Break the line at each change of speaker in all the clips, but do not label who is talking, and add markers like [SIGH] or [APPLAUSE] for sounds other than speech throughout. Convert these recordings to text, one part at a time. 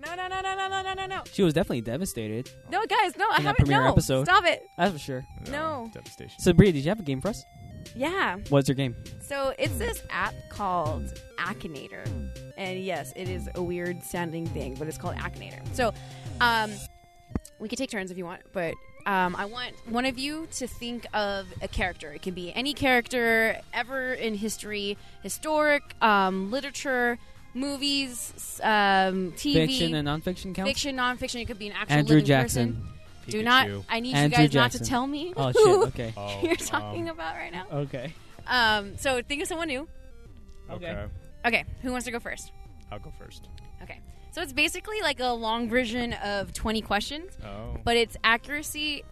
no, no, no, no, no, no, no, no.
She was definitely devastated.
No, guys, no, I
In that
haven't.
premiere
No,
episode.
stop it.
That's for sure.
No.
Devastation.
So, Bria, did you have a game for us?
Yeah.
What's your game?
So it's this app called Akinator. And yes, it is a weird sounding thing, but it's called Akinator. So um, we could take turns if you want, but um, I want one of you to think of a character. It can be any character ever in history, historic, um, literature, movies, s- um, TV,
Fiction and nonfiction counts?
fiction, nonfiction. It could be an actual
Andrew
living
Jackson.
person. Do not.
Pikachu.
I need
Andrew
you guys not
Jackson.
to tell me
Oh,
who [LAUGHS]
shit. Okay.
[LAUGHS] Oh,
you're
um,
talking about right now.
Okay.
Um, so think of someone new.
Okay.
okay.
Okay, who wants to go first?
I'll go first.
Okay. So it's basically like a long version of 20 questions,
Oh.
but its accuracy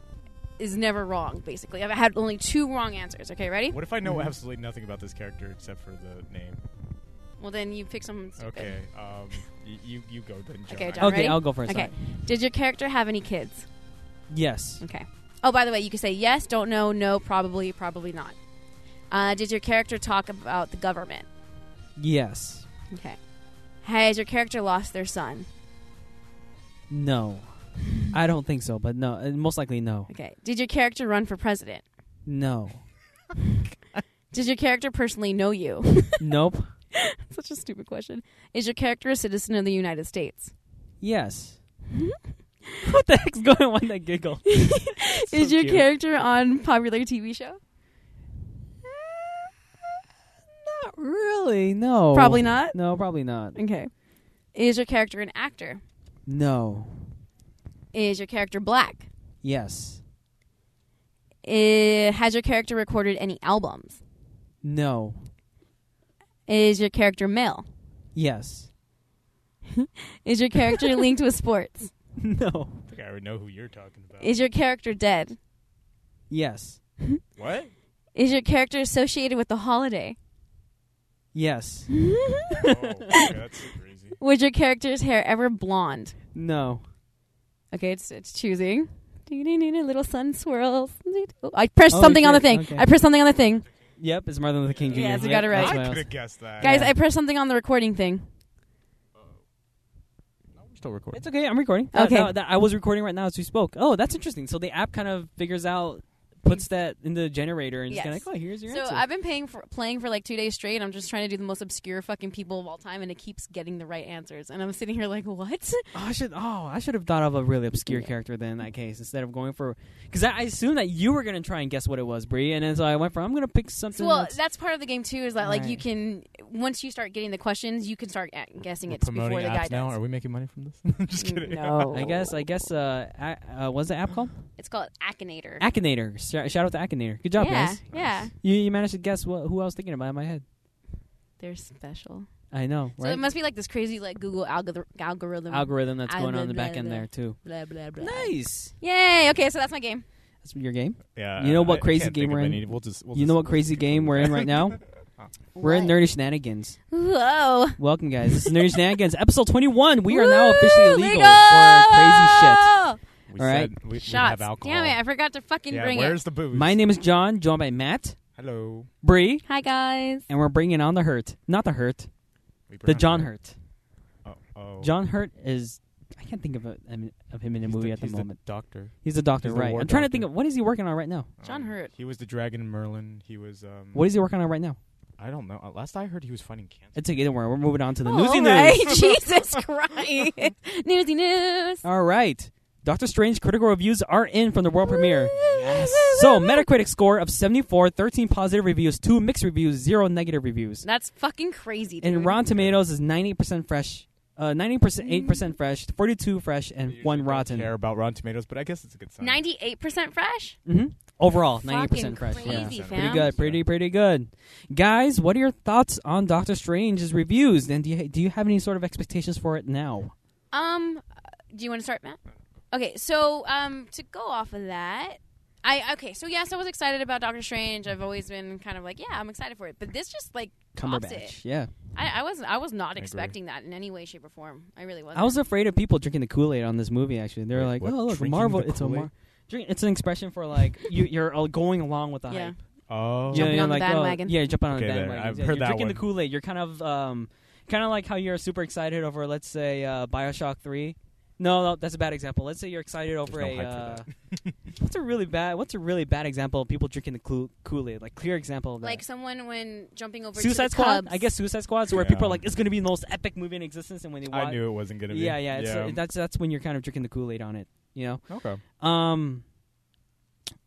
is never wrong, basically. I've had only two wrong answers. Okay, ready?
What if I know absolutely nothing about this character except for the name?
Well, then you pick someone stupid.
Okay. Um, y- you you go then. John.
Okay,
I-
John.
Okay,
ready?
I'll go first.
Okay.
Alright.
Did your character have any kids?
Yes.
Okay. Oh, by the way, you can say yes, don't know, no, probably, probably not. Uh, did your character talk about the government?
Yes.
Okay. Has your character lost their son?
No. I don't think so, but no. uh, Most likely, no.
Okay. Did your character run for president?
No.
Did your character personally know you? [LAUGHS]
nope.
Such a stupid question. Is your character a citizen of the United States?
Yes. [LAUGHS] what the heck's going on with
[LAUGHS]
that giggle?
Is your
cute.
character on popular TV show?
Not really. No.
Probably not.
No, probably not.
Okay. Is your character an actor?
No.
Is your character black?
Yes.
I- Eh, has your character recorded any albums?
No.
Is your character male?
Yes. [LAUGHS]
Is your character linked with sports?
No.
think I would know who you're talking about.
Is your character dead?
Yes.
what?
[LAUGHS] Is your character associated with the holiday?
Yes.
oh, okay, that's super easy.
Was your character's hair ever blonde?
No.
Okay, it's it's choosing. Little sun swirls. Oh, I pressed
Oh,
something on the
shit,
thing.
okay.
I pressed something on the thing.
Yep, it's Martin Luther King Jr.
Yes, you
Yep,
got it right.
that's what
I
I
could
was-
have guessed that.
Guys,
Yeah.
I pressed something on the recording thing.
No, we're still recording.
It's okay. I'm recording. That-
Okay.
that- that- I was recording right now as we spoke. Oh, that's interesting. So the app kind of figures out, puts that in the generator, and just kind
Yes.
of like, oh, here's your
So
answer.
I've been paying for, playing for like two days straight. and I'm just trying to do the most obscure fucking people of all time, and it keeps getting the right answers. And I'm sitting here like,
[LAUGHS]
what?
oh, I should. Oh, I should have thought of a really obscure character then in that case instead of going for because I, I assumed that you were gonna try and guess what it was, Bree, and then so I went for I'm gonna pick something.
So, well,
that's-
that's part of the game too. Is that like you
Right.
can once you start getting the questions, you can start a- guessing
We're
it before the
promoting
guy
apps now. Are
does.
we making money from this? [LAUGHS] I'm just kidding.
Mm, No,
I guess. I guess. Uh, a- uh what's the app called?
it's called Akinator.
Akinator. Sh- shout out to Akinator. Good job,
yeah,
guys.
yeah,
You, you managed to guess what, who I was thinking about in my head.
they're special.
I know,
So
right?
it must be like this crazy like Google algorithm. algorithm
Algorithm that's
I-
going on in the
blah,
back end
blah.
there too.
blah blah blah.
Nice.
Yay! Okay, so that's my game.
That's your game.
Yeah.
You know what
I- I
crazy
can't
game
think of
we're in?
any. We'll just, we'll
you
just-
know
we'll
what
just
crazy
keep
game
going.
we're in
[LAUGHS]
right now? We're in Nerdy Shenanigans.
Whoa!
Welcome, guys. This
[LAUGHS]
is Nerdy Shenanigans, episode 21. We are now officially
Woo,
legal for crazy shit.
legal!
We
All right.
said we, we
Shots.
have alcohol.
Damn it, I forgot to fucking
Yeah,
bring
where's
it.
the booze?
My name is John, joined by Matt,
Hello.
Bree,
Hi, guys.
and we're bringing on the Hurt. Not the Hurt,
We
the
brought-
John Hurt.
Oh, oh.
John Hurt is. I can't think of, a, I mean, of him in a
He's
movie
the,
at the
he's
moment.
doctor.
he's a doctor,
he's the
right?
war
I'm trying to think
doctor.
of what is he working on right now.
John
Um,
Hurt.
He was the dragon in Merlin. He was. Um,
What is he working on right now?
I don't know. Uh, last I heard, he was fighting cancer.
It's okay. Don't worry. We're moving on to the
Oh,
newsy
all right.
news.
[LAUGHS] Jesus Christ. [LAUGHS] Newsy news.
All right. Doctor Strange critical reviews are in from the world premiere. So, Metacritic score of 74, 13 positive reviews, 2 mixed reviews, 0 negative reviews.
That's fucking crazy, dude.
And Rotten Tomatoes is 98% fresh, uh, 90% 8% fresh, 42 fresh, and
Usually
1
don't
rotten.
Care about Rotten Tomatoes, but I guess it's a good sign.
98% fresh?
hmm Overall,
Fucking
90% fresh. Yeah.
crazy,
Pretty
fam.
good, pretty pretty good, guys. What are your thoughts on Doctor Strange's reviews? And do you do you have any sort of expectations for it now?
Um, do you want to start, Matt? Okay, so um, to go off of that, I okay, so yes, I was excited about Doctor Strange. I've always been kind of like, yeah, I'm excited for it. But this just like tops it.
Cumberbatch, yeah.
I, I was I was not
agree.
expecting that in any way, shape, or form. I really wasn't.
I was afraid of people drinking the Kool Aid on this movie. Actually, they were
Wait,
like,
what?
"Oh, look,
Drinking
Marvel.
the
It's a
Kool-Aid?
mar- drink, It's an expression for like you, you're all going along with the
Yeah.
hype.
Oh,
You know,
Jumping
you're
on the
like, oh,
bandwagon.
yeah, jumping on
Okay,
the
there.
bandwagon.
I've
yeah,
heard
you're
that
drinking the
one.
Kool Aid. You're kind of um, kind of like how you're super excited over, let's say, uh, Bioshock Three. No, no, that's a bad example. Let's say you're excited over
There's no
a.
hype
Uh,
for
[LAUGHS] what's a really bad? What's a really bad example of people drinking the Kool Aid? Like clear example of that.
Like someone when jumping over to
Suicide
the
Squad.
Cubs.
I guess Suicide Squad's where people
Yeah.
are like, "It's going to be the most epic movie in existence," and when they watch,
I knew it wasn't gonna be.
yeah, yeah, it's, uh, that's that's when you're kind of drinking the Kool Aid on it, you
okay.
know. Um,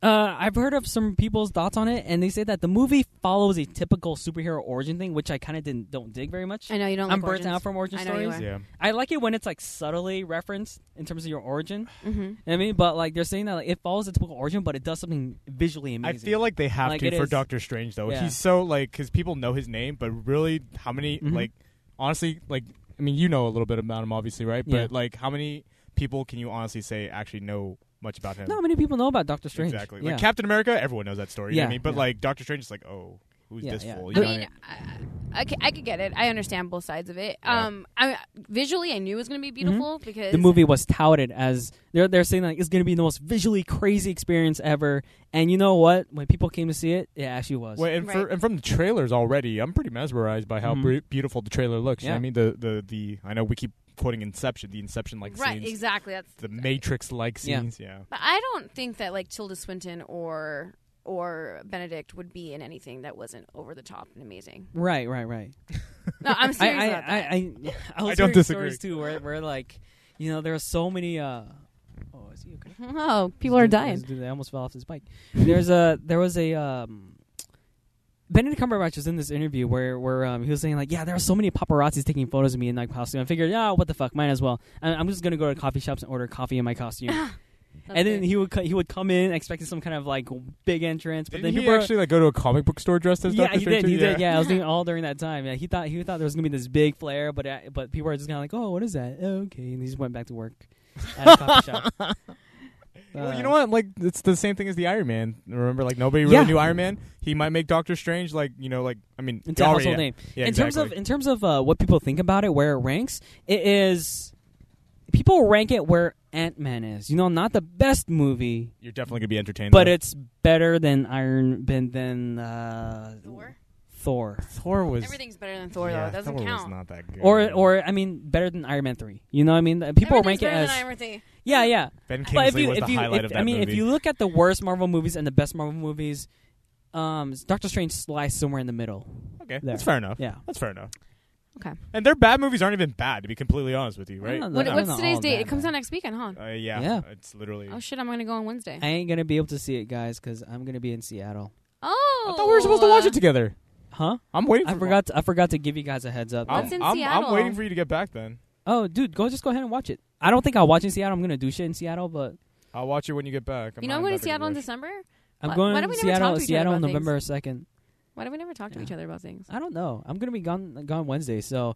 uh, I've heard of some people's thoughts on it, and they say that the movie follows a typical superhero origin thing, which I kind of didn't don't dig very much.
I know you don't.
I'm
like
burnt out from origin
I know
stories.
you are.
Yeah.
I like it when it's like subtly referenced in terms of your origin.
Mm-hmm.
You know what I mean, but like they're saying that like, it follows a typical origin, but it does something visually
I
amazing.
feel like they have
Like,
to
it
for
is-
Doctor Strange though.
Yeah.
He's so like because people know his name, but really, how many
Mhm.
like honestly like I mean you know a little bit about him obviously, right?
Yeah.
But like how many people can you honestly say actually know much about him?
not many people know about Doctor Strange.
Exactly.
Yeah.
Like Captain America, everyone knows that story. You know what
Yeah,
I mean, but
yeah.
like Doctor Strange is like, oh, who's
Yeah,
this
yeah.
fool?
I
You know what
mean, I, I, ca- I could get it. I understand both sides of it.
Yeah.
Um, I visually, I knew it was going to be beautiful because
Mm-hmm. the movie was touted as they're they're saying like it's going to be the most visually crazy experience ever. And you know what? When people came to see it, it actually was.
Well, and, for,
Right.
and from the trailers already, I'm pretty mesmerized by how
Mhm.
bru- beautiful the trailer looks. You know
Yeah.
what I mean, the, the the I know we keep quoting Inception, the Inception like
right,
scenes,
exactly. That's
the Matrix like
Yeah.
scenes. Yeah.
But I don't think that like Tilda Swinton or or Benedict would be in anything that wasn't over the top and amazing.
[LAUGHS] Right, right, right.
No, I'm
I
serious
I
about that.
I, I, I, was
don't
hearing
disagree.
stories too where where like you know there are so many. uh Oh, is he okay?
[LAUGHS] oh, people are
This dude-
dying.
this dude, I almost fell off his bike. There's a there was a um, Benedict Cumberbatch was in this interview where where um, he was saying like, yeah, there are so many paparazzis taking photos of me in my costume. I figured, yeah, what the fuck, might as well. I- I'm just gonna go to coffee shops and order coffee in
[LAUGHS]
my costume. and then he would co- he would come in expecting some kind of like big entrance, but
Did
then
he uh,
people. are-
actually like go to a comic book store dressed as
yeah,
Doctor
he
Strange?
did. He
too?
did.
[LAUGHS]
Yeah, I was thinking all during that time. Yeah, he thought he thought there was gonna be this big flare, but uh, but people are just kind of like, oh, what is that? Oh, okay, and he just went back to work at a
[LAUGHS]
coffee shop.
Well,
Uh,
you know what? Like it's the same thing as the Iron Man. Remember, like nobody really
Yeah.
knew Iron Man. He might make Doctor Strange like you know, like I mean,
It's a
already-
household
yeah.
name.
Yeah,
in terms of
exactly.
in terms of uh, what people think about it, where it ranks, it is people rank it where Ant Man is. You know, not the best movie,
you're definitely gonna be entertained.
but
though.
it's better than Iron than than uh,
Thor.
Thor.
Thor was
Everything's better than Thor
yeah,
though. It doesn't
Thor
count.
Was not that good.
Or, or I mean, better than Iron Man three. You know, what I mean, Uh, people
Everything's
rank it
better
as
than Iron Man.
yeah, yeah.
Ben
But if
Kingsley
you,
was
if
the
you,
highlight
if-
of that
I mean,
movie.
if you look at the worst Marvel movies and the best Marvel movies, um, Doctor Strange slides somewhere in the middle.
okay,
there.
that's fair enough.
Yeah.
That's fair enough.
Okay.
And their bad movies aren't even bad, to be completely honest with you, right?
No,
What,
no,
what's
no,
today's
all
date?
bad,
It comes
Oh, man.
out next week on huh?
Uh, yeah,
Yeah.
It's literally.
Oh shit, I'm gonna go on Wednesday.
I ain't gonna be able to see it, guys, because I'm gonna be in Seattle.
oh,
I thought we were supposed to watch it together.
Huh?
I'm waiting. For
I forgot. To, I forgot to give you guys a heads up.
I'm,
What's in
I'm,
Seattle?
I'm waiting for you to get back. Then
oh, dude, go just go ahead and watch it. I don't think I'll watch in Seattle. I'm gonna do shit in Seattle, but
I'll watch it when you get back. I'm
you know, I'm
not
going
in
to
that big
Seattle in
rush.
December.
I'm
Why-
going
why do
to
we never talk
Seattle.
to each other
Seattle on
about things?
November second.
Why do we never talk to
Yeah.
each other about things?
I don't know. I'm gonna be gone gone Wednesday, so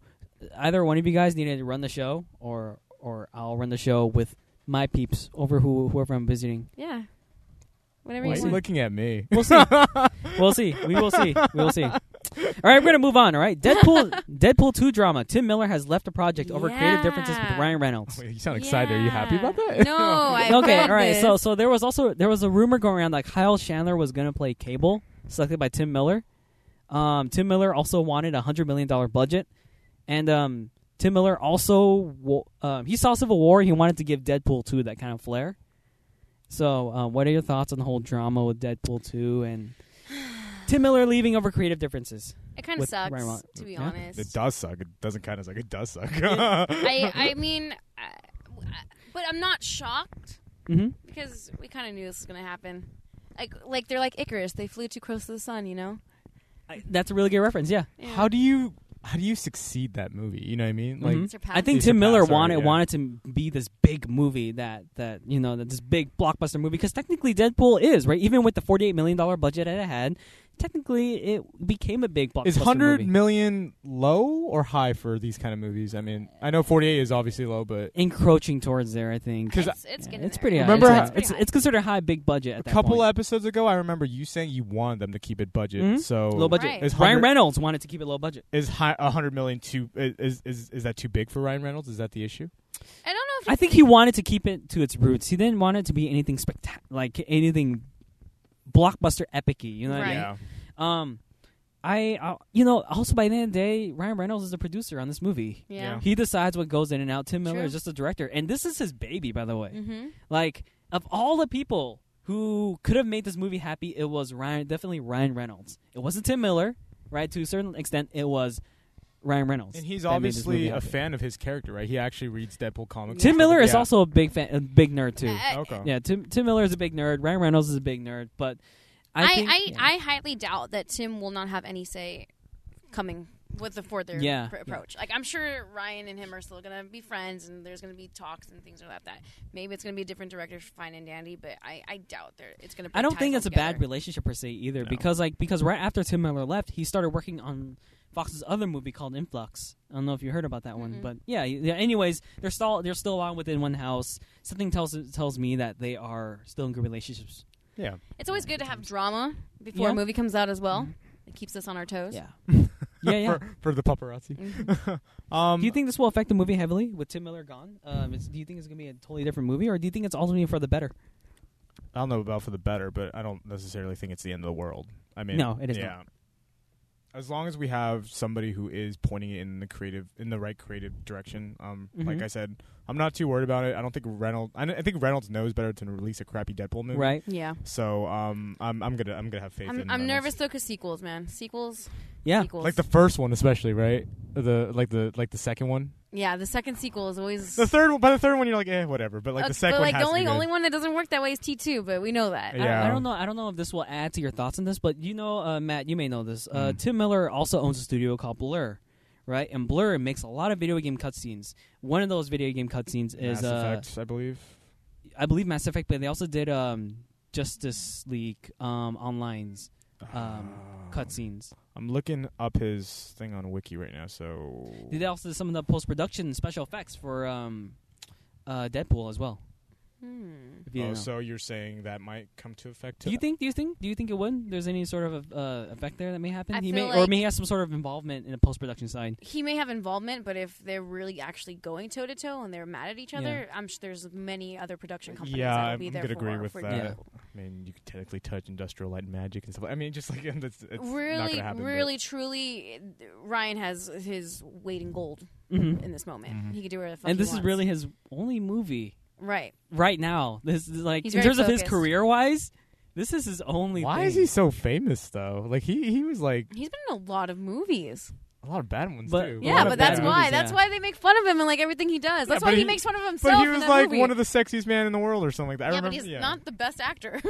either one of you guys need to run the show, or or I'll run the show with my peeps over who whoever I'm visiting.
Yeah, whatever
Why
you
We'll
are
see.
you [LAUGHS]
want.
looking at me?
We'll see. [LAUGHS] we'll see. We will see. We will see. All right, we're gonna move on. All right, Deadpool. Deadpool two drama. Tim Miller has left the project over creative differences with
Yeah.
Ryan Reynolds.
Wait, you sound excited. Are you happy about
Yeah.
that?
No, I
[LAUGHS] okay,
read
all right.
This.
So, so there was also there was a rumor going around that Kyle Chandler was going to play Cable, selected by Tim Miller. Um, Tim Miller also wanted a hundred million dollar budget, and um, Tim Miller also wo- um, he saw Civil War. He wanted to give Deadpool two that kind of flair. So, um, what are your thoughts on the whole drama with Deadpool two and Tim Miller leaving over creative differences?
it kind of
with
sucks,
Ryan Ron-
to be
Yeah.
honest.
[LAUGHS] It does suck. It doesn't kind of suck. It does suck. [LAUGHS]
I, I mean, I, but I'm not shocked
hmm
because we kind of knew this was going to happen. Like, like they're like Icarus; they flew too close to the sun. You know?
That's a really good reference. Yeah,
Yeah.
How do you how do you succeed that movie? You know what I mean? Like
Mhm.
Surpass
I think
They
Tim Miller
surpassed our-
wanted
yeah.
wanted to be this big movie that that you know that this big blockbuster movie because technically Deadpool is right even with the forty eight million dollar budget that it had technically it became a big blockbuster
is 100
movie.
million low or high for these kind of movies? I mean, I know 48 is obviously low, but
encroaching towards there I think
'Cause
it's, it's
Yeah,
getting
it's
there.
pretty high.
Remember
it's,
how-
it's,
pretty
it's, it's considered high big budget at
a
that
couple
point.
episodes ago, I remember you saying you wanted them to keep it budget.
Mhm.
So
low budget
Right.
is
Ryan
100
Reynolds wanted to keep it low budget
is high, 100 million too is, is is that too big for Ryan Reynolds? Is that the issue?
I don't know if
I
it's
think he wanted to keep it to its roots he didn't want it to be anything spectac like anything blockbuster epicy you know what I
Right.
mean?
Yeah.
Um, I, I, you know, also by the end of the day, Ryan Reynolds is a producer on this movie.
Yeah.
He decides what goes in and out. Tim Miller
True.
is just a director, and this is his baby, by the way.
Mm-hmm.
Like of all the people who could have made this movie happy, it was Ryan, definitely Ryan Reynolds. It wasn't Tim Miller, right? To a certain extent, it was Ryan Reynolds.
And he's
that made this
obviously
movie
a
happen.
fan of his character, right? He actually reads Deadpool comics.
Tim Miller is
Yeah.
also a big fan, a big nerd too.
Uh,
Okay.
yeah, Tim Tim Miller is a big nerd. Ryan Reynolds is a big nerd, but I
I,
think,
I,
yeah.
I highly doubt that Tim will not have any say coming with the for their
Yeah,
pr-
yeah.
approach. Like I'm sure Ryan and him are still gonna be friends, and there's gonna be talks and things like that. Maybe it's gonna be a different director, for Fine and Dandy, but I, I doubt they're it's gonna.
I don't
tie
think
them
it's a
together.
bad relationship per se either,
No.
because like because right after Tim Miller left, he started working on Fox's other movie called Influx. I don't know if you heard about that one,
Mhm.
but yeah, yeah. Anyways, they're still they're still on within one house. Something tells tells me that they are still in good relationships.
Yeah.
It's always good to have drama before a
Yeah. Mm-hmm.
movie comes out as well. It keeps us on our toes. [LAUGHS]
Yeah, yeah, yeah.
For, for the paparazzi.
[LAUGHS]
Mhm.
Um,
do you think this will affect the movie heavily with Tim Miller gone? Um, it's, do you think it's gonna be a totally different movie, or do you think it's ultimately for the better?
I don't know about for the better, but I don't necessarily think it's the end of the world. I mean,
No, it is
yeah. As long as we have somebody who is pointing it in the creative, in the right creative direction, um, like
Mhm.
I said, I'm not too worried about it. I don't think Reynolds. I, kn- I think Reynolds knows better to release a crappy Deadpool movie,
Right?
Yeah.
So, um, I'm, I'm gonna, I'm gonna have faith.
I'm,
in
I'm
Reynolds.
nervous though, cause sequels, man, sequels,
Yeah.
sequels.
Like the first one, especially, right? The like the like the second one.
yeah, the second sequel is always
The third one, by the third one, you're like, eh, whatever. But like
Okay,
the second
but like
one,
the
has to be
only
good.
only one that doesn't work that way is T two, but we know that.
Yeah.
I don't know. I don't know if this will add to your thoughts on this, but you know, uh, Matt, you may know this. Uh,
Mm.
Tim Miller also owns a studio called Blur, right? And Blur makes a lot of video game cutscenes. One of those video game cutscenes is,
Mass
uh,
Effect, I believe.
I believe, Mass Effect, but they also did um, Justice League um, Online's um,
Oh, Ah.
cutscenes.
I'm looking up his thing on Wiki right now. So
They did also some of the post production special effects for um, uh, Deadpool as well.
Hmm.
If you
oh,
know.
so you're saying that might come to effect?
do you think? Do you think? Do you think it would? There's any sort of uh, effect there that may happen?
I
he
feel
may, or
like-
may have some sort of involvement in the post production side.
He may have involvement, but if they're really actually going toe to toe and they're mad at each other, I'm sure there's many other production companies
Yeah,
that will
I'm
be there
gonna
for,
agree with
for
that.
Deadpool.
I mean, you could technically touch industrial light and magic and stuff. I mean, [LAUGHS] just like it's, it's not
really,
gonna happen, but-
really, truly, Ryan has his weight in gold
Mm-hmm.
in this moment.
Mhm.
He could do whatever the fuck
and
he
this is
wants.
really his only movie
right.
right now. This is like
He's
in
very
terms of his
focused.
career wise, this is his only.
Why
thing.
is he so famous though? Like he he was like
He's been in a lot of movies.
a lot of bad ones
But-
too.
A
Yeah,
lot
but
of
that's
bad
why.
movies,
That's
yeah.
why they make fun of him and like everything he does. That's
but
why he,
he-
makes fun of himself.
But he
in
was
that
like
movie.
one of the sexiest men in the world or something like that. I
yeah,
remember.
but he's
yeah.
not the best actor.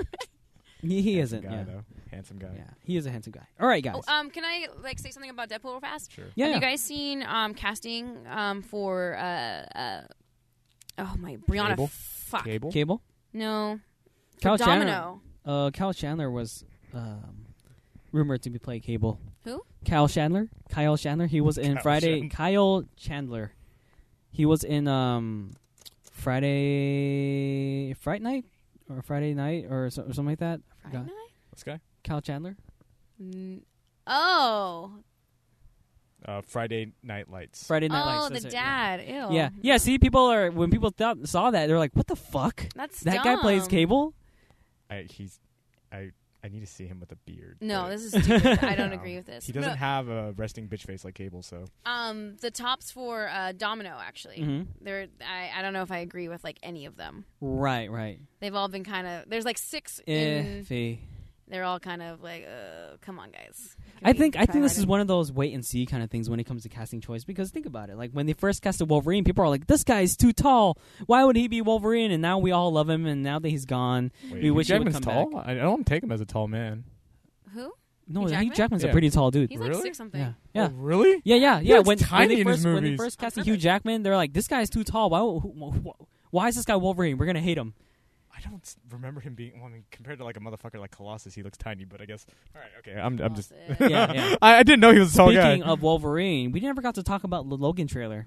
He, he
Handsome
isn't.
guy,
Yeah.
though. Handsome guy.
yeah, he is a handsome guy. All right, guys.
Oh, [LAUGHS] um, can I like say something about Deadpool real fast?
Sure.
yeah,
Have
yeah.
you guys seen um, casting um, for uh, uh, oh my Brianna
Cable?
fuck
Cable.
Cable.
no
Kyle
for Domino
Chandler. Uh, Kyle Chandler was um, rumored to be playing Cable.
Who?
Kyle Chandler. Kyle Chandler. He was in
Kyle
Friday.
Chandler.
Kyle Chandler. He was in um, Friday, Fright Night, or Friday Night, or, so, or something like that. I
Friday
forgot.
night?
This guy.
Kyle Chandler.
N- oh
Uh, Friday Night Lights.
Friday Night
oh
Lights.
the
that's it, yeah.
dad ew
Yeah, yeah. See, people are when people thought, saw that, they're like, "What the fuck?
that's
That guy plays
dumb.
Cable."
I, he's. I I need to see him with a beard.
No,
but-
this is stupid. I
[LAUGHS]
don't
No.
agree with this.
He doesn't
No,
have a resting bitch face like Cable, so
um, the tops for uh, Domino actually.
Mm-hmm.
hmm
They're I, I don't know if I agree with like any of them.
Right, right.
They've all been kind of there's like six
Eh.
in.
Iffy.
They're all kind of like, uh, come on, guys. Can
I
we
think I
try
think this is
harder?
one of those wait and see kind of things when it comes to casting choice. Because think about it, like when they first casted Wolverine, people are like, "This guy's too tall. Why would he be Wolverine?" And now we all love him, and now that he's gone,
Wait,
We wish he would
Jackman's
come
tall. I I don't take him as a tall man.
Who?
no,
Hugh
Hugh
Jackman?
Jackman's a
Yeah.
pretty tall dude.
He's
Really?
like six something.
yeah, yeah.
Oh, really?
Yeah, yeah, yeah.
looks
When, when
tiny
they
in
first
his
when they
movies.
first
On
casted
purpose.
Hugh Jackman, they're like, "This guy's too tall. Why? Why, why is this guy Wolverine? We're gonna hate
[LAUGHS]
him."
I don't s- remember him being. Well, I mean, compared to like a motherfucker like Colossus, he looks tiny. But I guess. All right. Okay. I'm. I'm just. [LAUGHS]
Colossus.
Yeah, yeah.
I, I didn't know he was a tall
Speaking
guy.
of Wolverine, we never got to talk about the Logan trailer.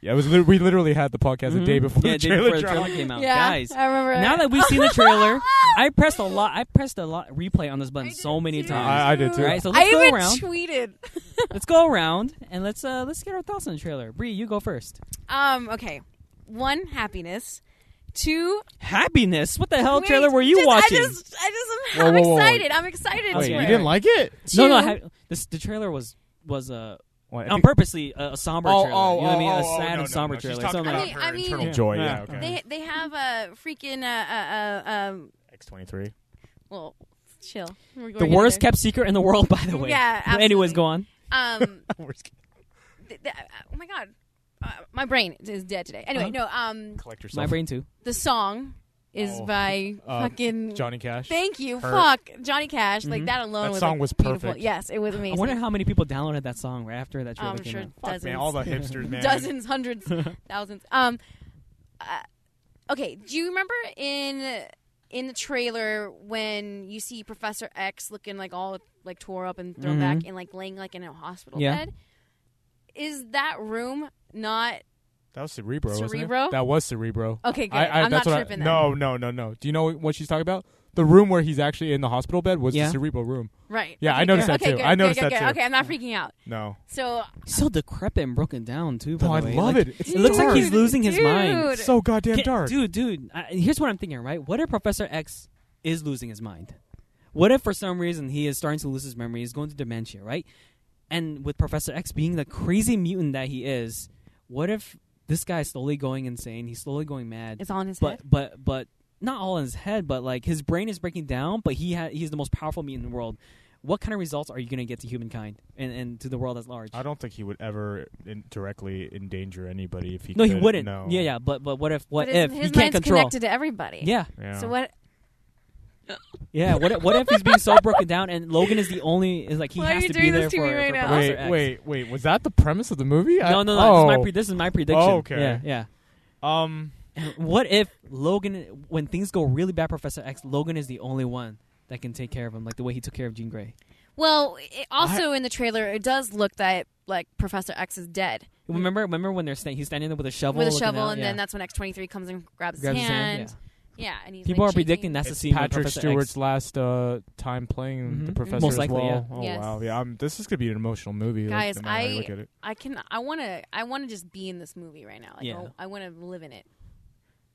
yeah, it was. Li- we literally had the podcast the
Mhm.
day before
Yeah,
the
day
trailer
before the
dropped.
trailer came out.
Yeah,
Guys,
I remember.
now that we've seen the
[LAUGHS]
trailer, I pressed a lot. I pressed a lot replay on this button so many
too.
times.
I- I did too.
All right, so
I
let's go
even
around.
tweeted. [LAUGHS]
let's go around and let's uh let's get our thoughts on the trailer. Bree, you go first.
Um. Okay. One happiness. to
Happiness. What the hell
Wait,
Oh, trailer were you
just-
watching?
I just, I just,
Whoa,
I'm
whoa, whoa, whoa.
excited. I'm excited.
Oh,
for
yeah.
it.
You
didn't like it?
no, no.
To-
ha- this, the trailer was was uh,
What,
on purposely a, a somber
Oh,
trailer.
oh,
you know what I mean?
oh,
A
oh,
sad
no, no,
and somber
no, she's
trailer.
talking
Something
about
like-
her I mean-
internal
Yeah.
joy.
Yeah.
Yeah, okay.
They they have a freaking uh, uh, uh, um
X twenty [LAUGHS] three.
well chill. We're
the
going
worst
there.
kept secret in the world, by the way.
Yeah,
But Anyways,
absolutely.
go on. [LAUGHS]
um th- th- oh my god, uh, my brain is dead today. Anyway,
Uh-huh.
no um
Collect
My
yourself.
brain too.
the song is
Oh,
by
uh,
fucking
Johnny Cash.
Thank you,
Her. Mm-hmm.
fuck Johnny Cash. Like
Mhm.
that alone
That
was
song
like,
was
Beautiful.
perfect.
Yes, it was
I
amazing. Um,
wonder how many people downloaded that song right after that trailer
I'm
came
sure
out.
Fuck,
dozens,
man, all the hipsters, man.
dozens, hundreds,
[LAUGHS]
thousands. Um, uh, okay. Do you remember in in the trailer when you see Professor X looking like all like tore up and thrown
Mm-hmm.
back and like laying like in a hospital
Yeah.
bed? Is that room not
That was Cerebro. wasn't it?
Cerebro?
That was Cerebro.
okay? Good.
I, I,
am not
that's what
tripping. then.
I, no, no, no, no. Do you know what she's talking about? The room where he's actually in the hospital bed was
Yeah.
the Cerebro room.
Right.
Yeah, I
Okay,
noticed
good.
that
okay,
too.
Good.
I noticed
good, good,
that
good.
too.
Okay, I'm not freaking out.
No.
So
He's so decrepit and broken down too. by
Oh, I
the way.
love
Like,
it. It's
It looks like he's
Dude,
losing his mind.
dude.
It's so goddamn
Get-
dark.
Dude, dude. I, here's what I'm thinking, right? What if Professor X is losing his mind? What if for some reason he is starting to lose his memory? He's going to dementia, right? And with Professor X being the crazy mutant that he is, what if this guy is slowly going insane? He's slowly going mad.
It's all in his head.
but but but not all in his head, but like his brain is breaking down. But he ha- he's the most powerful mutant in the world. What kind of results are you going to get to humankind and, and to the world at large?
I don't think he would ever in- directly endanger anybody if he.
no, he
could.
wouldn't.
No.
Yeah, yeah. But but what if what
but his-
if
his
he can't
mind's
control?
connected to everybody?
Yeah,
Yeah.
So what?
yeah. What if, what if he's being so broken down and Logan is the only is like he
Why are
has
you
to be
doing
there
this to
for,
me right
for
now?
Professor
Wait,
X.
wait, wait. Was that the premise of the movie? I-
No, no, no. This, is my
oh.
pre- this is my prediction.
Oh, okay.
Yeah, yeah.
Um,
What if Logan, when things go really bad, Professor X, Logan is the only one that can take care of him, like the way he took care of Jean Grey.
Well, it, also in the trailer, it does look that like Professor X is dead
Remember, remember when they're sta- he's standing there with a shovel,
with a
looking
shovel,
out,
and
yeah.
then that's when X twenty three comes and grabs,
grabs
his
his hand.
hand. Yeah, and he's
yeah. People
like,
are predicting
shaking.
that's the
it's
scene where
Patrick
Professor
Stewart's
X.
last uh, time playing the
Mhm.
professor
Most
as
likely,
well.
yeah.
Oh
Yes.
wow, yeah. Um, this is gonna be an emotional movie.
Guys,
like, no matter how you
I-
look at it.
I can. I want to. I want to just be in this movie right now. Like,
Yeah.
oh, I want to live in it.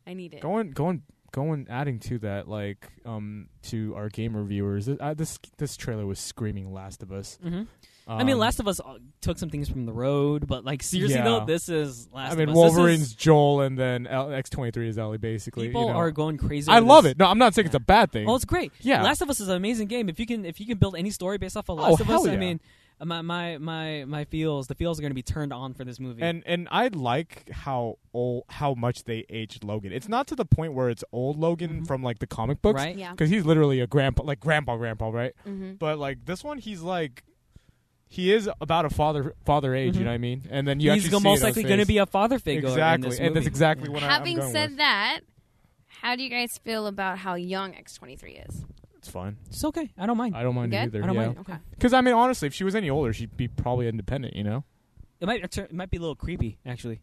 I need it.
going going going adding to that like um to our gamer viewers th- uh, this this trailer was screaming last of us
hmm
um,
I mean, Last of Us uh, took some things from the road, but like seriously
Yeah.
though, this is Last
i mean
of Us. This is-
wolverine's joel and then L- x23 is ellie basically
people
you know.
are going crazy.
i
over
love
this.
it no i'm not saying it's a bad thing
Oh, it's great.
Yeah.
Last of Us is an amazing game. If you can, if you can build any story based off of
Oh,
Last of Us,
hell
I
yeah.
mean, uh, my my my my feels, the feels are going to be turned on for this movie.
and and I like how old how much they aged Logan. It's not to the point where it's old Logan
Mhm.
from like the comic books,
right?
Yeah.
Because he's literally a grandpa, like grandpa, grandpa, right?
Mm-hmm.
Uh,
But like this one, he's like, he is about a father father age. You
Mhm.
know what I mean? And then you
He's
actually
go-
see
most
it on
likely
his
going to
face.
be a father figure. in
exactly,
this
and that's
movie.
exactly what I- I'm
Having
going
said
with.
that, how do you guys feel about how young X twenty three is?
It's fine.
It's okay. I don't mind.
I don't mind
Good?
it either.
I don't
yeah.
mind. Okay.
Because I mean, honestly, if she was any older, she'd be probably independent. You know
It might it might be a little creepy actually.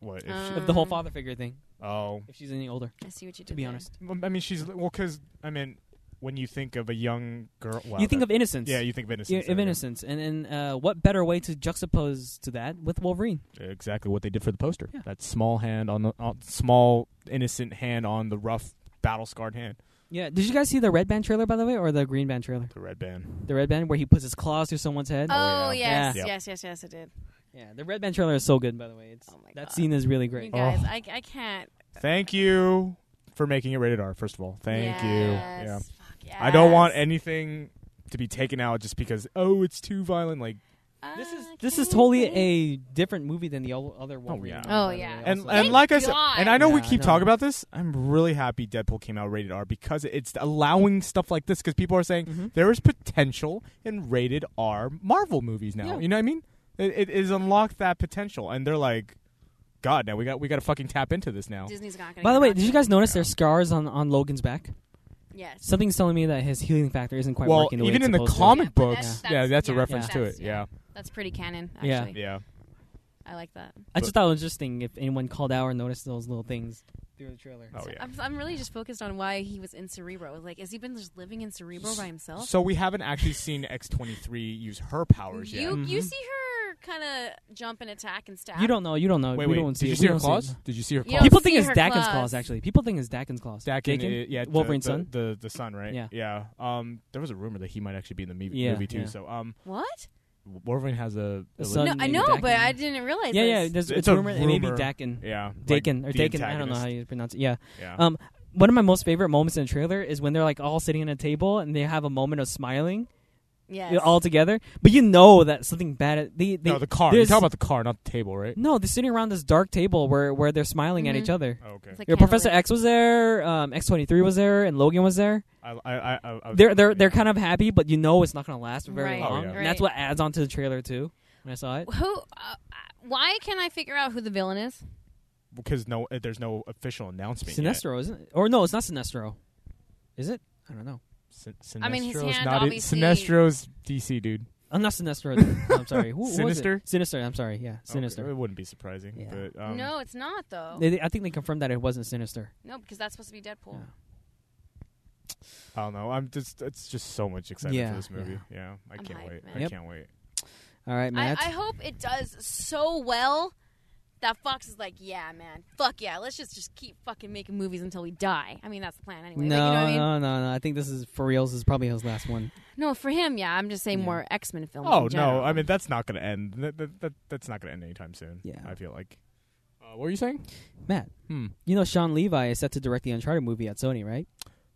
what? If
Um,
If the whole father figure thing.
she, oh,
If she's any older,
I see what you did.
to be
there.
honest,
Well, I mean, she's well, because I mean, when you think of a young girl, well,
you think
that-
of innocence.
yeah, you think of innocence.
Yeah,
there
of
you go.
innocence, and and uh, what better way to juxtapose to that with Wolverine?
Exactly what they did for the poster.
Yeah.
That small hand on the on, small innocent hand on the rough battle scarred hand.
Yeah. Did you guys see the red band trailer by the way, or the green band trailer?
The red band.
The red band where he puts his claws through someone's head.
Oh,
Oh,
yeah.
yes,
Yeah.
yes, yes, yes, I did.
Yeah, the Red Band trailer is so good, by the way. It's
Oh my
that
God.
scene is really
You
great.
guys,
Oh.
I, I can't.
Thank you for making it rated R. First of all, thank
Yes.
you. Yeah.
Fuck yes.
I don't want anything to be taken out just because oh it's too violent. Like Oh.
This is
I
this is
can't
totally
wait.
a different movie than the o- other one.
yeah.
Oh, yeah.
and
Also-
and
Thank
like I said,
God.
and I know we
Yeah, I
keep
know.
talking about this. I'm really happy Deadpool came out rated R because it's allowing stuff like this because people are saying
Mm-hmm.
Mhm.
there is potential in rated R Marvel movies now.
Yeah.
You know what I mean? It, it is unlocked that potential, and they're like, God, now we got we got to fucking tap into this now.
Disney's not gonna.
by the
get
way,
around
did
to
you
it.
guys notice there's scars on on Logan's back?
Yes.
Something's telling me that his healing factor isn't quite
well,
working. The way
even
it's
in the
supposed to.
comic
Yeah, but
books,
that's-
yeah,
that's-
that's a
yeah,
reference
yeah.
to it.
That's-
Yeah,
That's pretty canon.
Yeah.
Actually,
yeah. Oh,
I like that.
I just thought it was interesting if anyone called out or noticed those little things through the trailer.
Oh
So
yeah.
I'm, I'm really just focused on why he was in Cerebro. Like, has he been just living in Cerebro by himself?
So we haven't actually seen X twenty three use her powers yet.
You you
Mhm.
see her kind of jump and attack and stab.
You don't know. You don't know.
Wait,
Uh, we
wait.
don't
Did
see
you
it.
see
We
her
don't see
claws?
it.
Did you see her
You
claws?
don't
People
see
think it's
her
Dakin's claws.
claws.
Actually, people think it's Dakin's claws.
Dakin,
Dakin?
uh, yeah, the-
Wolverine's
the,
son?
the, the son, right?
Yeah.
yeah. Um, there was a rumor that he might actually be in the movie,
Yeah,
movie too.
yeah.
So, um,
What?
Wolverine has a,
A
a
son.
no, I
named
know,
Dakin.
but I didn't realize.
yeah, yeah.
this.
There's,
It's
it's,
a
rumored. It may be
rumor.
Dakin.
yeah, like
Dakin or
the
Dakin. I don't know how
antagonist.
you pronounce it. Yeah.
Yeah,
Um, one of my most favorite moments in the trailer is when they're like all sitting at a table and they have a moment of smiling
Yes.
you know, all together. But you know that something bad. They, they
no, the car. You
there's- Mm.
talk about the car, not the table, right?
no, they're sitting around this dark table where where they're smiling
Mhm.
at each other.
Oh, okay.
It's like
Yeah, Professor
candlelit.
X was there. Um, X twenty three was there, and Logan was there.
I, I, I, I, I
They're they're they're kind of happy, but you know it's not going to last for very
Right.
Oh,
long.
yeah.
And that's
Right.
what adds on to the trailer too. When I saw it.
Who? Uh, why can I figure out who the villain is?
because no, uh, there's no official announcement. yet.
Sinestro isn't, it? or no, it's not Sinestro. Is it? I don't know.
Sin-
I mean, his
Sinestro's
hand
not it.
obviously-
Sinestro's DC dude.
I'm Uh, not
[LAUGHS]
Sinestro. then. I'm sorry. Who, who was it?
Sinister? Oh,
Sinister. I'm sorry. Yeah, Sinister.
Okay, It wouldn't be surprising,
Yeah.
but um,
no, it's not though.
They- they- I think they confirmed that it wasn't Sinister.
no, because that's supposed to be Deadpool.
Yeah.
I don't know. I'm just it's just so much excitement
Yeah,
for this movie. Yeah, I
I'm
can't
hyped,
wait.
man.
I
Yep.
can't wait.
All right,
I,
Matt.
I hope it does so well that Fox is like, yeah, man, fuck yeah, let's just just keep fucking making movies until we die. I mean, that's the plan anyway.
no,
but you know what I mean?
no, no, no. I think this is for reals. This is probably his last one.
No, for him, yeah. I'm just saying
Yeah.
more X Men films.
Oh
in
no!
general.
I mean, that's not going to end. That, that, that that's not going to end anytime soon.
Yeah.
I feel like. Uh, what were you saying?
Matt,
Hmm.
you know Sean Levi is set to direct the Uncharted movie at Sony, right?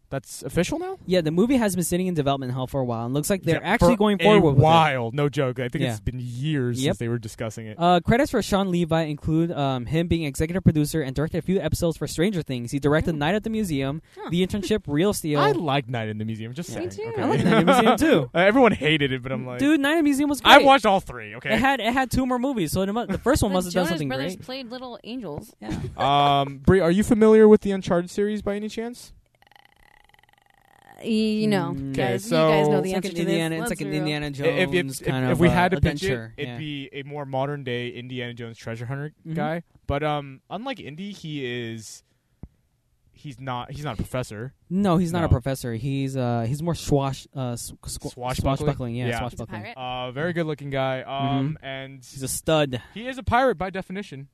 That's official now.
Yeah, the movie has been sitting in development hell for a while, and looks like they're
Yeah,
actually
for
going forward
A
with it.
while, no joke. I think
Yeah.
it's been years
Yep.
since they were discussing it.
Uh, credits for Sean Levi include um, him being executive producer and directed a few episodes for Stranger Things. He directed Night at the Museum,
Huh.
The Internship,
[LAUGHS]
Real Steel.
I like Night in the Museum. Just
Yeah.
Me
saying.
too.
Okay.
I like
Night in the
[LAUGHS]
Museum too.
Uh, everyone hated it, but I'm like,
Dude, Night at the Museum was great.
I watched all three.
It [LAUGHS]
Okay.
had it had two more movies, so it mu- the first one
The
must have done
Jonas
something
Brothers
great.
played little angels. Uh,
Yeah.
um, Bree, are you familiar with the Uncharted series by any chance?
Uh, You know,
Mm.
Okay,
guys, you guys
so-
know
It's
the
like
answer
an
to
Indiana,
this.
it's
Let's
like an
be real.
Indiana
I-
Jones
If if, if,
kind
if
of
we
uh,
had to pitch it,
adventure.
it'd
yeah.
be a more modern day Indiana Jones treasure hunter
Mhm.
Mm-hmm.
guy. But um, unlike Indy, he is he's not he's not a professor.
no, he's not
No.
a professor. He's uh he's more swash uh s- squ-
Swashbuckling?
swashbuckling. Yeah,
Yeah.
He's a
swashbuckling.
pirate.
Uh, very good looking guy. Um,
Mm-hmm.
and
He's a stud.
he is a pirate by definition.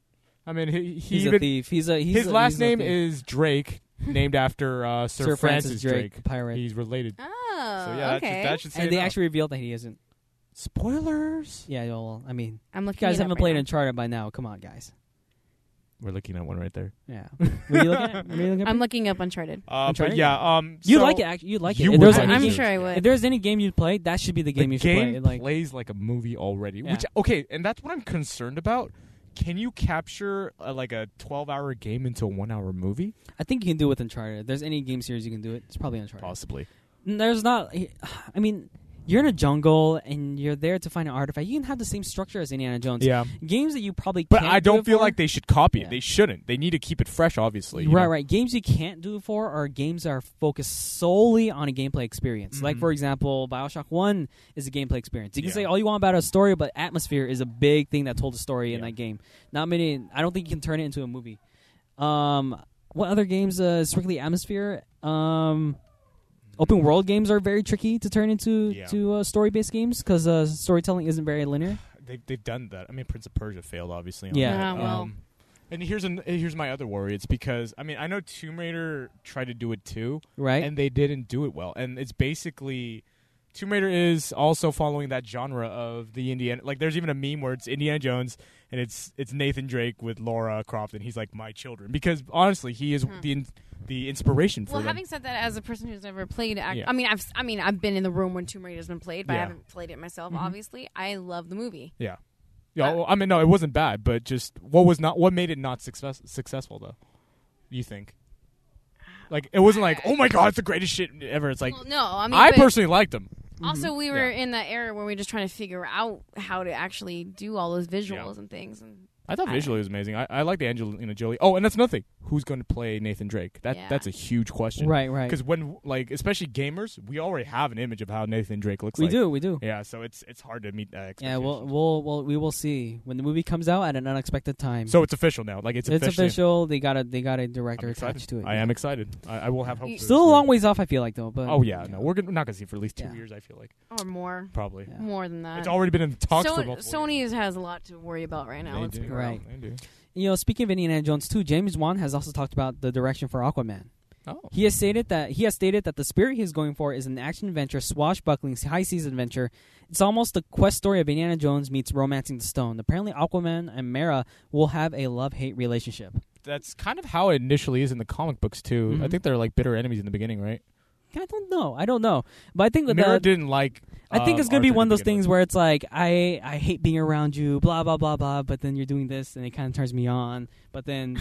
I mean, he, he
He's
even-
a thief. He's a he's
his
a-
last
he's a
name
thief.
[LAUGHS]
is Drake, named after uh, Sir, Francis, Drake. uh,
the pirate.
He's related.
Oh,
so yeah, that should-
okay.
that, should say
and they
enough.
actually revealed that he isn't.
spoilers.
Yeah, well, I mean,
I'm
you
looking. it
guys
up
haven't
right
played
now.
Uncharted by now. Come on, guys.
We're looking at one right there. [LAUGHS]
Yeah. Were you looking at? Were you looking at?
I'm looking up Uncharted.
Uh, but
Uncharted?
yeah, um,
you
so
like it? Actually, you like
You
it. If
would
there's
like
any
it.
I'm
game-
mean,
sure I would.
If there's any game you play, that should be the game
the
you should
game
play. Like,
plays like a movie already,
Yeah.
which okay, and that's what I'm concerned about. Can you capture uh, like a 12-hour game into a one-hour movie?
I think you can do it with Uncharted. If there's any game series you can do it, it's probably Uncharted.
Possibly.
And There's not. [SIGHS] I mean, you're in a jungle and you're there to find an artifact. You can have the same structure as Indiana Jones.
Yeah,
Games that you probably
but
can't
I
do
don't
it
feel
for-
like they should copy it.
Yeah.
They shouldn't. They need to keep it fresh, obviously. you
Right,
know?
right. Games you can't do it for are games that are focused solely on a gameplay experience. Like
Mhm.
for example, BioShock One is a gameplay experience. You can
Yeah.
say all you want about a story, but atmosphere is a big thing that told a story in
Yeah.
that game. Not many. I don't think you can turn it into a movie. Um, what other games? Uh, strictly atmosphere. Um, open world games are very tricky to turn into
Yeah.
to uh, story based games because uh, storytelling isn't very linear.
They, they've done that. I mean, Prince of Persia failed, obviously. on
Yeah.
that.
Yeah, well.
Um, and here's an, here's my other worry. It's because I mean I know Tomb Raider tried to do it too,
Right.
and they didn't do it well. And it's basically Tomb Raider is also following that genre of the Indiana. Like, there's even a meme where it's Indiana Jones and it's it's Nathan Drake with Laura Croft, and he's like my children because honestly, he is
Hmm.
the in, the inspiration for
Well,
them.
having said that, as a person who's never played, act-
Yeah.
I mean, I've s- I mean, I've been in the room when Tomb Raider's been played, but I
Yeah. Mm-hmm.
haven't played it myself.
Mhm.
Obviously, I love the movie.
yeah,
Uh,
well, I mean, no, it wasn't bad, but just what was not what made it not success, successful though? You think? Like, it wasn't like oh my god, it's the greatest shit ever. It's like
Uh, well, no, I mean,
I
but
personally liked them.
also we
yeah.
were in that era where we were just trying to figure out how to actually do all those visuals and things. And
I thought
I-
visually it was amazing. I, I like the Angelina Jolie. Oh, and that's nothing. Who's going to play Nathan Drake? That
Yeah.
that's a huge question.
Right, right.
Because when like especially gamers, we already have an image of how Nathan Drake looks.
We
like.
do, we do.
Yeah, so it's it's hard to meet uh, that
Yeah,
expectation.
we'll, we'll, we'll, we will see when the movie comes out at an unexpected time.
so it's official now. Like it's,
it's
officially-
official. They got a, they got a
I'm
director
excited.
attached to it.
I am excited. I, I will have hope.
You-
for
Still
this
a long
movie.
ways off, I feel like though. But
Oh yeah, no, we're, gonna, we're not gonna see it for at least two
Yeah.
years. I feel like
or more,
probably.
Yeah.
more than that.
It's already been in talks
So-
for multiple years.
Sony has a lot to worry about right now.
They
let's
do. Oh,
be real.
Right.
They do.
You know, speaking of Indiana Jones too, James Wan has also talked about the direction for Aquaman.
Oh,
He has stated that he has stated that the spirit he is going for is an action adventure, swashbuckling, high seas adventure. It's almost the quest story of Indiana Jones meets romancing the stone. Apparently, Aquaman and Mara will have a love hate relationship.
that's kind of how it initially is in the comic books too. I
Mhm.
think they're like bitter enemies in the beginning, right?
I don't know. I don't know, but I think that
Mira didn't like.
I think
um,
it's gonna be
Arthur
one
to
of those
begin
things where it's like I I hate being around you, blah blah blah blah. But then you're doing this, and it kind of turns me on. But
[LAUGHS]
then,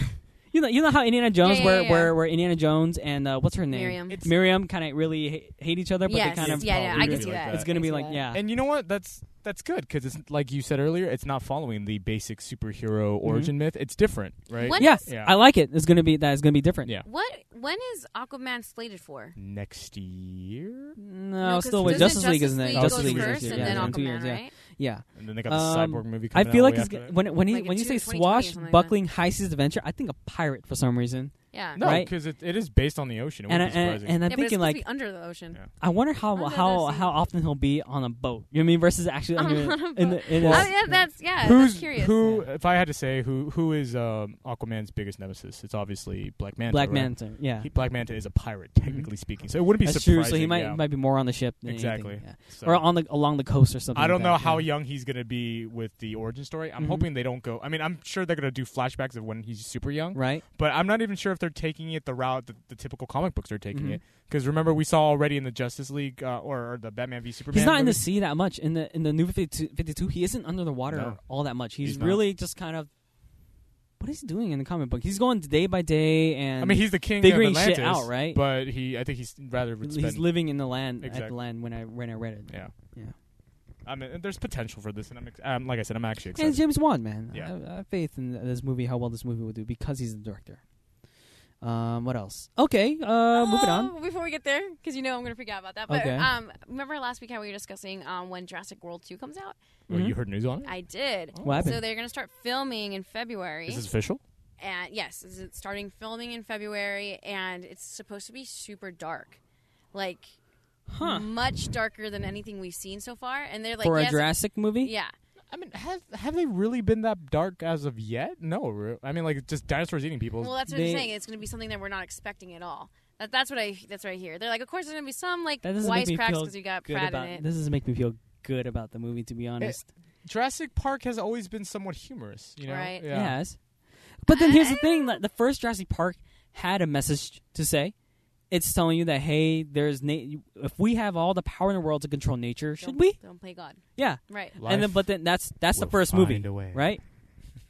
you know, you know how Indiana Jones,
yeah,
where
yeah.
where where Indiana Jones and uh, what's her name,
Miriam.
It's-
Miriam, kind of really ha- hate each other, but
yes,
they kind of
yeah, yeah,
probably
I can
do
see
like
that.
that.
it's gonna
I
be
can
like
see that.
yeah,
And you know what? That's that's good because it's like you said earlier. It's not following the basic superhero
Mm-hmm.
origin myth. It's different, right?
When
yeah,
is-
Yeah.
I like it. It's gonna be that. It's gonna be different.
Yeah.
What? When is Aquaman slated for?
Next year,
No,
'cause
still with
doesn't
Justice League, isn't it?
League
Justice
goes
League is
first,
next year.
and
yeah,
then
yeah,
Aquaman,
in two years, yeah,
right?
yeah.
and then they got the
Um,
cyborg movie.
I
Coming
feel
out
like
way
it's
after
g-
that.
when when, he,
Like in
when you say
2020 or
swash
something like that.
buckling high seas adventure, I think a pirate for some reason.
Yeah.
no,
right?
because it, it is based on the ocean. It
And, I,
would be
and
surprising.
and I'm
yeah, but it's
thinking
supposed
like
to be under the ocean.
Yeah.
I wonder how
Under the
how
sea.
how often he'll be on a boat. You know what I mean?
[LAUGHS]
Versus actually on
On
your,
a
in
boat.
the, in
Well,
a-
Oh, yeah, that's yeah.
Who's
that's curious.
who? If I had to say who who is um, Aquaman's biggest nemesis, it's obviously Black Manta.
Black
right?
Manta. Yeah, Mm-hmm.
He, Black Manta is a pirate, technically speaking, so it wouldn't be
that's true.
surprising.
So he might
yeah.
might be more on the ship than
Exactly.
anything, yeah.
So-
or on the along the coast or something.
I don't
like
know
that,
how
yeah.
young he's going to be with the origin story. I'm
Mhm.
hoping they don't go. I mean, I'm sure they're going to do flashbacks of when he's super young,
Right?
but I'm not even sure if they're taking it the route that the typical comic books are taking
Mhm.
it. Because remember, we saw already in the Justice League uh, or, or the Batman v Superman.
He's not in the
movie-
sea that much. In the in the new 52, 52 he isn't under the water
No.
all that much. He's,
He's not.
really just kind of what is he doing in the comic book? He's going day by day, and
I mean, he's the king of
figuring
Atlantis,
shit out, right?
But he, I think he's rather would
he's
spend.
living in the land at the
Exactly.
land when I when I read it.
yeah,
Yeah.
I mean, there's potential for this, and I'm, ex- um, like I said, I'm actually
And it's
excited.
James Wan, man.
Yeah.
I, I have faith in this movie, how well this movie will do because he's the director. Um, what else? Okay, uh, moving on.
Oh, Before we get there, because you know I'm going to freak out about that. But
Okay.
um, remember last week how we were discussing um, when Jurassic World 2 comes out?
Well,
Mhm.
You heard news on it.
I did.
Oh. What happened?
So they're going to start filming in February.
Is this official?
and yes, is it starting filming in February, and it's supposed to be super dark, like
Huh.
much darker than anything we've seen so far. And they're like,
For
yes,
a Jurassic movie?
yeah,
I mean, have have they really been that dark as of yet? No, re- I mean, like just dinosaurs eating people.
well, that's what
they-
I'm saying. It's going to be something that we're not expecting at all. That, that's what I. That's what I hear. They're like, of course, there's going to be some like
That doesn't make me
wisecracks
feel
because you got
Good
Pratt
about- Eh,
in it.
This doesn't make me feel good about the movie, to be honest.
Jurassic Park has always been somewhat humorous, you know.
Right.
Yeah.
Yes. But then here's the thing: like, the first Jurassic Park had a message to say. It's telling you that hey, there's na- if we have all the power in the world to control nature, should
Don't-
we?
Don't play God.
Yeah.
Right.
and then, but then that's that's the first movie, right?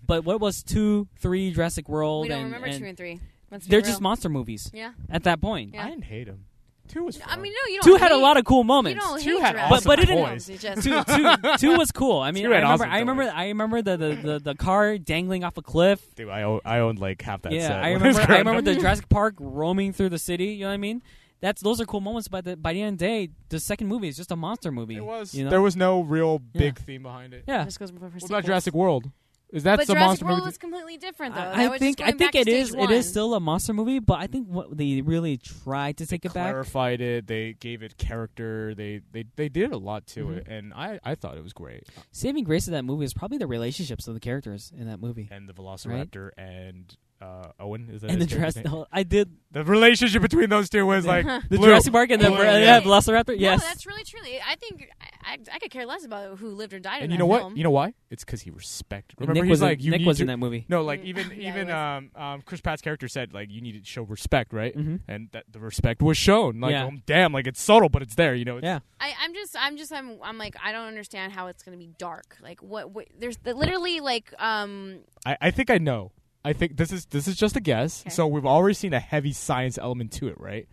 But what was two, three Jurassic World?
We don't
and-
remember
and
two and three. Let's be
they're
real.
just monster movies
yeah.
at that point.
Yeah.
I didn't hate him. Two was. Fun.
I mean, no, you don't.
Two had a
hate-
lot of cool
You
moments.
don't
Two
hate
had
Jurassic Park.
awesome But- but it
toys.
You just-
[LAUGHS] two, two, two was cool. I mean,
Two
I
had
remember,
awesome
I remember, I remember the, the, the, the car dangling off a cliff.
Dude, I own, I owned like half that set.
yeah, I
[LAUGHS] when it was
remember, I
growing
remember the
up.
Jurassic Park roaming through the city. You know what I mean? That's those are cool moments. But the, by the end of the day, the second movie is just a monster movie.
It was.
You know?
There was no real
Yeah.
big theme behind it.
yeah.
[LAUGHS] Just goes for
What about
sequels.
Jurassic World? Is that
but
the
Jurassic
monster
World
movie?
was completely different, though. That
I
was
I think
just
I
going
think
back
it
to stage
is it is
one.
still a monster movie, but I think what they really tried to take it back.
clarified it. They gave it character. They they they did a lot to
Mhm.
it, and I I thought it was great.
Saving grace of that movie is probably the relationships of the characters in that movie.
And the Velociraptor and uh, Owen is that
and the
his character's
Jurassic,
name?
I did
The relationship between those two
[LAUGHS]
was like
the
blue.
Jurassic Park and the
Blue.
oh, yeah,
Yeah.
Velociraptor. Yes,
No, that's really truly. I think I, I, I could care less about who lived or died in
And you
that
know what?
film.
You know why? It's because he respected. Remember,
Nick
he's
was
like,
in,
you
Nick
need
was
to,
in that movie.
No, like
[LAUGHS] Mm,
even
yeah,
even
he
um, um, Chris Pratt's character said like you need to show respect, right?
Mhm.
And that the respect was shown. Like,
Yeah.
oh, damn, like it's subtle, but it's there. You know,
[LAUGHS]
it's,
Yeah,
I, I'm just, I'm just, I'm, I'm like, I don't understand how it's going to be dark. Like, what? what there's the, literally like, um,
I, I think I know. I think this is this is just a guess.
Okay.
So we've already seen a heavy science element to it, e, right?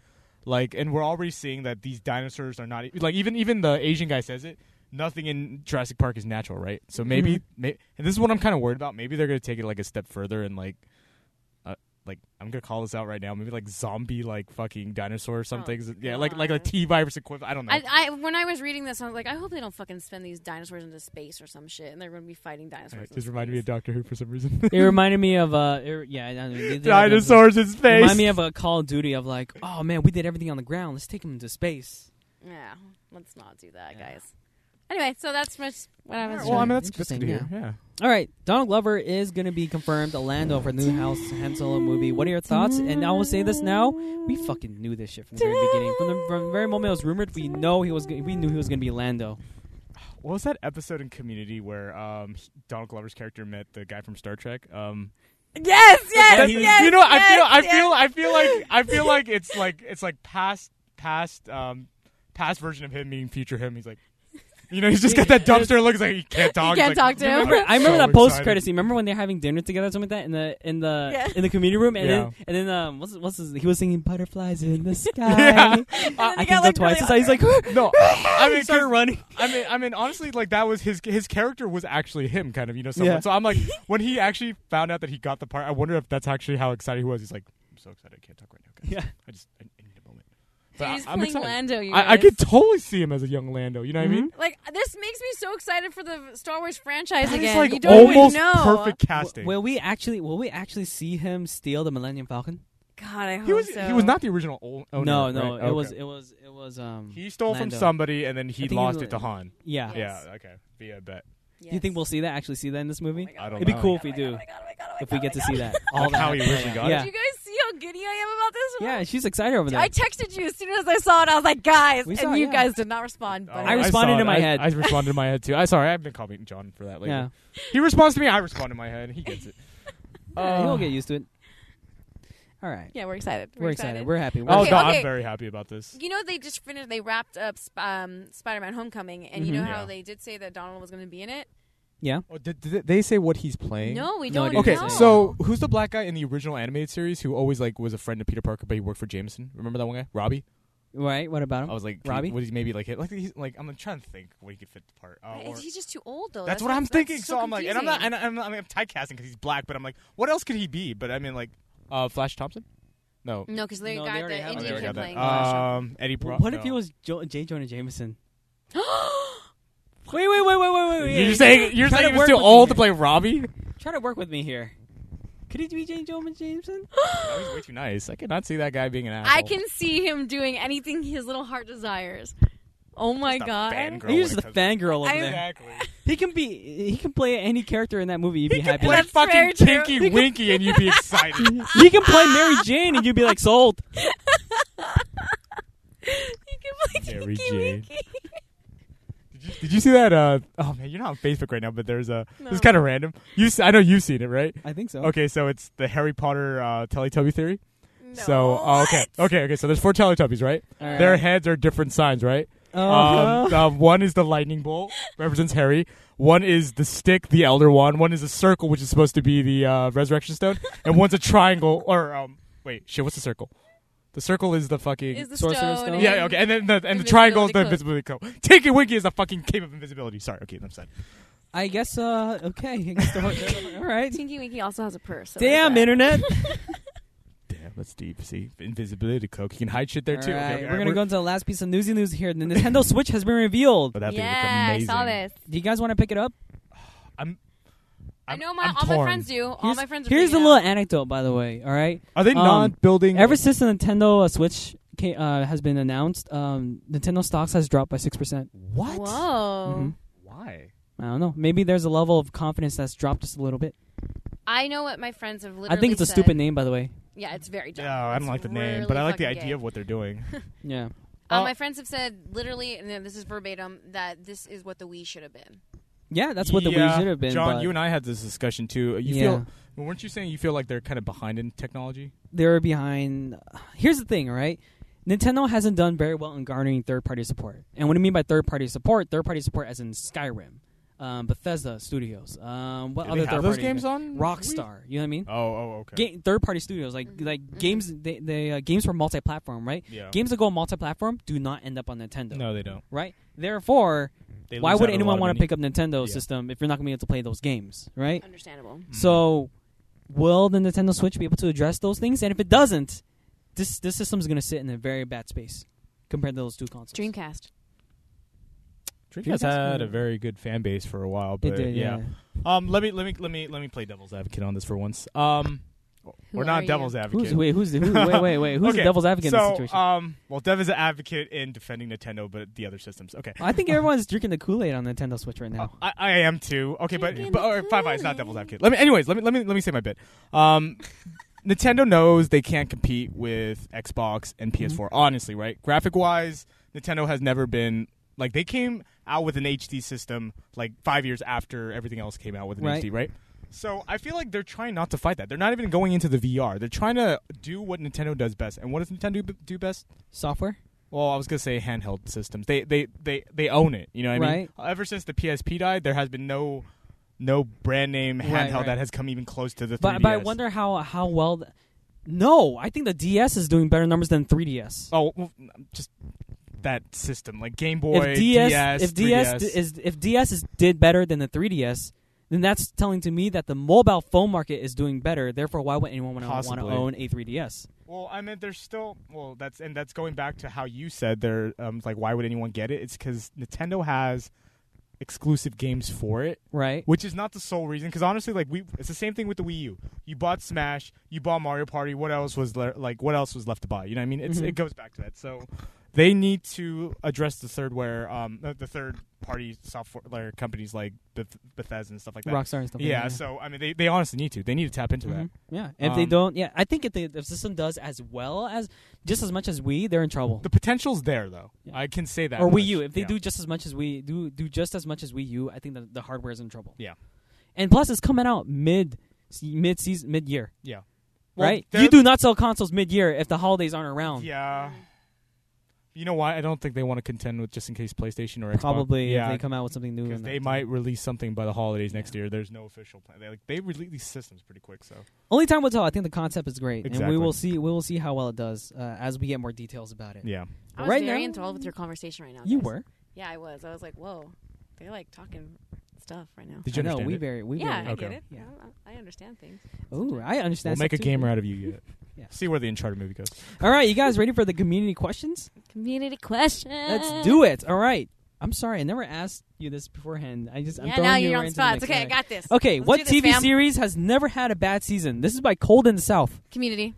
Like, and we're already seeing that these dinosaurs are not like even even the Asian guy says it. nothing in Jurassic Park is natural, right? So maybe,
Mm-hmm.
may, and this is what I'm kind of worried about. Maybe they're gonna take it like a step further and like, uh, like I'm gonna call this out right now. Maybe like zombie, like fucking dinosaur or something. yeah, like like a
Oh, God.
T virus equivalent. I don't know.
I, I when I was reading this, I was like, I hope they don't fucking send these dinosaurs into space or some shit, and they're going to be fighting
All
dinosaurs.
right,
in
just reminded me
space.
of Doctor Who for some
[LAUGHS]
reason. [LAUGHS]
It reminded me of uh, it, yeah, I don't know, [LAUGHS] they- they-
Dinosaurs in
It
space.
reminded me of a Call of Duty of like, oh man, we did everything on the ground. Let's take him into space.
Yeah, let's not do that,
Yeah.
guys. Anyway, so that's much what I was.
Alright,
well, I mean that's that's
Interesting,
good to hear. Yeah.
All right, Donald Glover is going to be confirmed a Lando for the new House Han Solo movie. What are your thoughts? And I will say this now: we fucking knew this shit from the very beginning. From the, from the very moment it was rumored, we know he was. g- We knew he was going to be Lando.
What was that episode in Community where um, he- Donald Glover's character met the guy from Star Trek? Um,
[LAUGHS] Yes, yes,
that-
yes.
you know, I feel,
yes,
I
yes.
feel, I feel like, I
[LAUGHS]
feel like it's like it's like past, past, um, past version of him meaning future him. He's like, you know, he's just got
[LAUGHS]
that dumpster look. He's like, you can't talk.
can't
He's
talk
like,
to him.
I remember
so
that post
excited.
credit scene. Remember when they're having dinner together, or something like that, in the in the
Yeah.
in the community room, and then
Yeah.
and then um, what's what's his, he was singing butterflies
[LAUGHS]
in the sky.
Yeah.
And then
I
he got,
can go
like,
twice.
really
So he's like,
[LAUGHS]
[GASPS] [LAUGHS]
No, I mean, 'cause-
started running.
I mean, I mean, honestly, like that was his his character was actually him, kind of, you know. Someone.
Yeah.
So I'm like,
[LAUGHS]
when he actually found out that he got the part, I wonder if that's actually how excited he was. He's like, I'm so excited, I can't talk right now, guys.
Yeah.
I just, I, I need a moment.
So
But
you're
I-
just
I'm
playing
excited.
Lando. You
I, I
guys.
could totally see him as a young Lando. You know what I
Mm-hmm.
mean?
Like this makes me so excited for the Star Wars franchise
That is,
again.
like
you don't
almost
even know.
perfect
W-
casting.
Will we actually? Will we actually see him steal the Millennium Falcon?
God, I hope
he was
Oh, so.
he was not the original o- owner.
no, no.
Oh, right?
It was.
Okay.
It was. It was. Um.
he stole
Lando.
from somebody and then
I
he
think he
lost
was-
it to Han.
yeah.
Yeah. Yes.
Yeah. Okay. Yeah. I Bet.
Do you think we'll see that? Actually, see that in this movie?
Oh my
I
God.
don't
It'd be
know.
cool if we do.
oh
If we get to see that. [LAUGHS] All
Like
that.
how he
happened.
originally got
yeah.
Did you guys see how giddy I am about this?
Yeah. Yeah. She's excited over
I
that.
texted you as soon as I saw it. I was like, guys,
We
and
saw it,
you
yeah.
guys did not respond. But
Oh,
I was- responded
saw
in
it.
my
I-
head.
I responded in my head too. I sorry. I've been calling John for that lately.
Yeah.
He responds to me. I respond in my head. He
[LAUGHS]
gets it.
Yeah,
Uh,
He'll get used to it. All right.
[LAUGHS] yeah, we're excited.
We're excited. We're happy. We're
Oh
Okay,
no,
okay.
I'm very happy about this.
you know they just finished. They wrapped up Sp- um, Spider-Man: Homecoming, and you know
Mhm.
how
Yeah.
they did say that Donald was going to be in it.
Oh, did, did they say what he's playing?
No, we
No
don't.
idea.
Okay,
know.
so who's the black guy in the original animated series who always like was a friend of Peter Parker, but he worked for Jameson? Remember that one guy, Robbie?
Right. What about him?
I was like,
Robbie?
Was he maybe like hit? Like, he's, like I'm trying to think what he could fit the part. Uh,
But
or-
is he just too old though?
that's, what I'm thinking.
that's
So, I'm like, and I'm not,
confusing.
and I'm, not- I mean, I'm typecasting because he's black, but I'm like, what else could he be? But I mean, like, uh, Flash Thompson? No,
no, because they
No, they
got
already
the
have-
Oh,
Indian
Indian
there we
kid
got
playing.
that.
Flash.
Um, Eddie Brock.
what if
no.
he was jo- J. Jonah Jameson?
Uh,
[GASPS]
Wait, wait, wait, wait, wait, wait.
You're saying you're
Try
saying
to
he was
work
too
with me
old
here.
to
[LAUGHS]
play Robbie?
Try to work with me here. Could it be J. Jonah Jameson?
No, he's way too nice. I cannot see that guy being an
[GASPS]
asshole.
I can see him doing anything his little heart desires. Oh my
Just a
god! [LAUGHS]
fangirl. Girl,
He was
when
the
it
fangirl over
I-
there.
Exactly.
He can be. He can play any character in that movie. You'd be
He could
happy.
play
That's very
fucking
true.
Tinky
[LAUGHS]
Winky and you'd
[LAUGHS]
be excited.
he can play Mary Jane, and you'd be like sold.
He can play
Mary
Tinky
Jane.
Winky.
Did you, did you see that? Uh, oh man, you're not on Facebook right now, but there's a. This
No.
is kind of random. You, s- I know you've seen it, right?
I think so.
Okay, so it's the Harry Potter uh, Teletubby theory.
No.
So oh, okay,
What?
okay, okay. So there's four Teletubbies, right?
All right.
Their heads are different signs, right?
Uh-huh.
Um, um, one is the lightning bolt, represents Harry. One is the stick, the Elder Wand. One is a circle, which is supposed to be the uh, Resurrection Stone,
[LAUGHS]
and one's a triangle. Or um, wait, shit, what's the circle? The circle is the fucking Oh,
Is the stone?
Sorcerer's Stone?
and-
yeah, okay, and then the and the triangle is the
Invisibility
invisibility cloak. Tinky Winky is the fucking cape of invisibility. Sorry, okay, I'm sad.
I guess. Uh, okay. I guess the- [LAUGHS] all right.
Tinky Winky also has a purse. so
Damn
there's that.
internet.
Damn, that's deep. See, invisibility cloak. You can hide shit there
All
too.
right,
Okay, okay,
we're gonna go into the last piece of newsy news here. The Nintendo Switch has been revealed.
Oh, that thing
yeah,
looked amazing.
I saw this.
Do you guys want to pick it up?
i
I'm-
know my
I'm
all my
torn.
friends do. all
Here's-
my friends. Are
Here's a
freaking
little
out.
anecdote, by the way. All right.
Are they
Uh,
Um,
not building?
Ever since the Nintendo uh, Switch ca uh, has been announced, um, Nintendo stocks has dropped by six percent.
what? Mm-hmm.
Whoa!
Mhm.
Why?
I don't know. Maybe there's a level of confidence that's dropped just a little bit.
I know what my friends have literally.
I think it's a
said.
stupid name, by the way.
Yeah, it's very dumb.
Yeah, I don't
It's
like the name,
really
but I like the
fucking
idea
gay.
of what they're doing.
Yeah.
Uh,
Uh,
my friends have said literally, and then this is verbatim, that this is what the Wii should have been.
Yeah, that's what the
Yeah,
Wii should have been.
John,
but
you and I had this discussion too. You
Yeah.
feel? well, Weren't you saying you feel like they're kind of behind in technology?
they were behind. uh, Here's the thing, all right? Nintendo hasn't done very well in garnering third-party support. And what I mean by third-party support, third-party support as in Skyrim, um, Bethesda Studios, um, what
Do
other
they have
third
those
party
games on
Rockstar. You know what I mean?
Wii? Oh, oh, okay.
Ga- third-party studios like
Mm-hmm.
like games. They, they uh, games for multi-platform, right?
yeah.
Games that go multi-platform do not end up on Nintendo,
no, they don't.
right? Therefore,
They
Why
lose
would
out on a lot
anyone
of
want
money.
to pick up Nintendo
Yeah. Mm-hmm.
system if you're not going to be able to play those games, right?
Understandable.
So, will the Nintendo Switch be able to address those things? And if it doesn't, this this system's going to sit in a very bad space compared to those two consoles.
Dreamcast.
Dreamcast
Dreamcast
had a
was-
very good fan base for a while, but
It did,
yeah. Um, let me let me let me let me play devil's advocate on this for once. Um,
Who
we're
are
not
you?
devil's advocate.
Who's wait? Who's the who, wait? Wait? Wait? Who's
Okay,
the devil's advocate in
so,
this situation?
Um, well, dev is an advocate in defending Nintendo, but the other systems. Okay,
I think everyone's drinking the Kool Aid on Nintendo Switch right now.
I, I am too. Okay, but
Drinking
but
the
or Five Eyes,
Kool-Aid.
not devil's advocate. Let me, anyways, let me let me let me say my bit. Um, [LAUGHS] Nintendo knows they can't compete with Xbox and PS4. Honestly, right? Graphic wise, Nintendo has never been like they came out with an HD system like five years after everything else came out with an
Right.
HD, right? So I feel like they're trying not to fight that. They're not even going into the VR. They're trying to do what Nintendo does best. And what does Nintendo b- do best?
Software.
Well, I was gonna say handheld systems. They they they they own it. You know what I
Right.
mean? Ever since the PSP died, there has been no no brand name handheld
Right, right.
that has come even close to the 3DS.
But, but I wonder how how well. Th- no, I think the DS is doing better numbers than 3DS.
Oh, well, just that system, like Game Boy,
if DS, if
3DS.
DS d- is if DS is did better than the 3DS, then that's telling to me that the mobile phone market is doing better. Therefore, why would anyone want to
Possibly.
own a 3DS?
well, I mean, there's still well, that's and that's going back to how you said there. Um, like, why would anyone get it? It's because Nintendo has exclusive games for it.
Right.
which is not the sole reason because honestly like we it's the same thing with the wii u you bought smash you bought mario party what else was le- like what else was left to buy you know what i mean it's,
Mhm.
it goes back to that so they need to address the third where um uh, the third party software like, companies like Beth- bethesda and stuff like that
Rockstar and stuff. like
yeah,
that,
so i mean they, they honestly need to they need to tap into
Mhm.
that
Yeah. And if they
Um,
don't, yeah, I think if the, the system does as well as just as much as we, they're in trouble.
the potential's there though
Yeah.
i can say that
or
much.
Wii U, if they
Yeah.
do just as much as we do, do just as much as Wii U, I think the the hardware is in trouble.
Yeah.
And plus, it's coming out mid mid season mid year,
yeah
right?
Well,
you
they're-
do not sell consoles mid year if the holidays aren't around.
yeah you know why i don't think they want to contend with just in case playstation or xbox
Probably
yeah
if they come out with something new.
because
in
they
that.
might release something by the holidays next year. There's no official plan. They like they release these systems pretty quick, so
Only time will tell. I think the concept is great, and we
Exactly.
will see. We will see how well it does uh, as we get more details about it.
yeah.
I was
Right
very
now-
enthralled with your conversation right now.
You
guys.
were.
Yeah, I was. I was like, whoa, they're like talking stuff right now.
Did you
I know
understand
we
it?
very we
yeah,
very
I
Okay.
get it.
Yeah.
I, I understand things.
Ooh, I understand.
We'll make a
stuff too.
gamer out of you yet.
[LAUGHS] Yeah.
See where the Uncharted movie goes.
All right, you guys ready for the community questions?
Community question.
Let's do it. All right. I'm sorry, I never asked you this beforehand. I just I'm
Yeah,
throwing
now
you
you're
right
on
into the
spots.
mix.
Okay, I
All right.
got this.
uh, Okay,
Let's
what
do this,
TV
fam.
series has never had a bad season? This is by Cold in the South.
Community.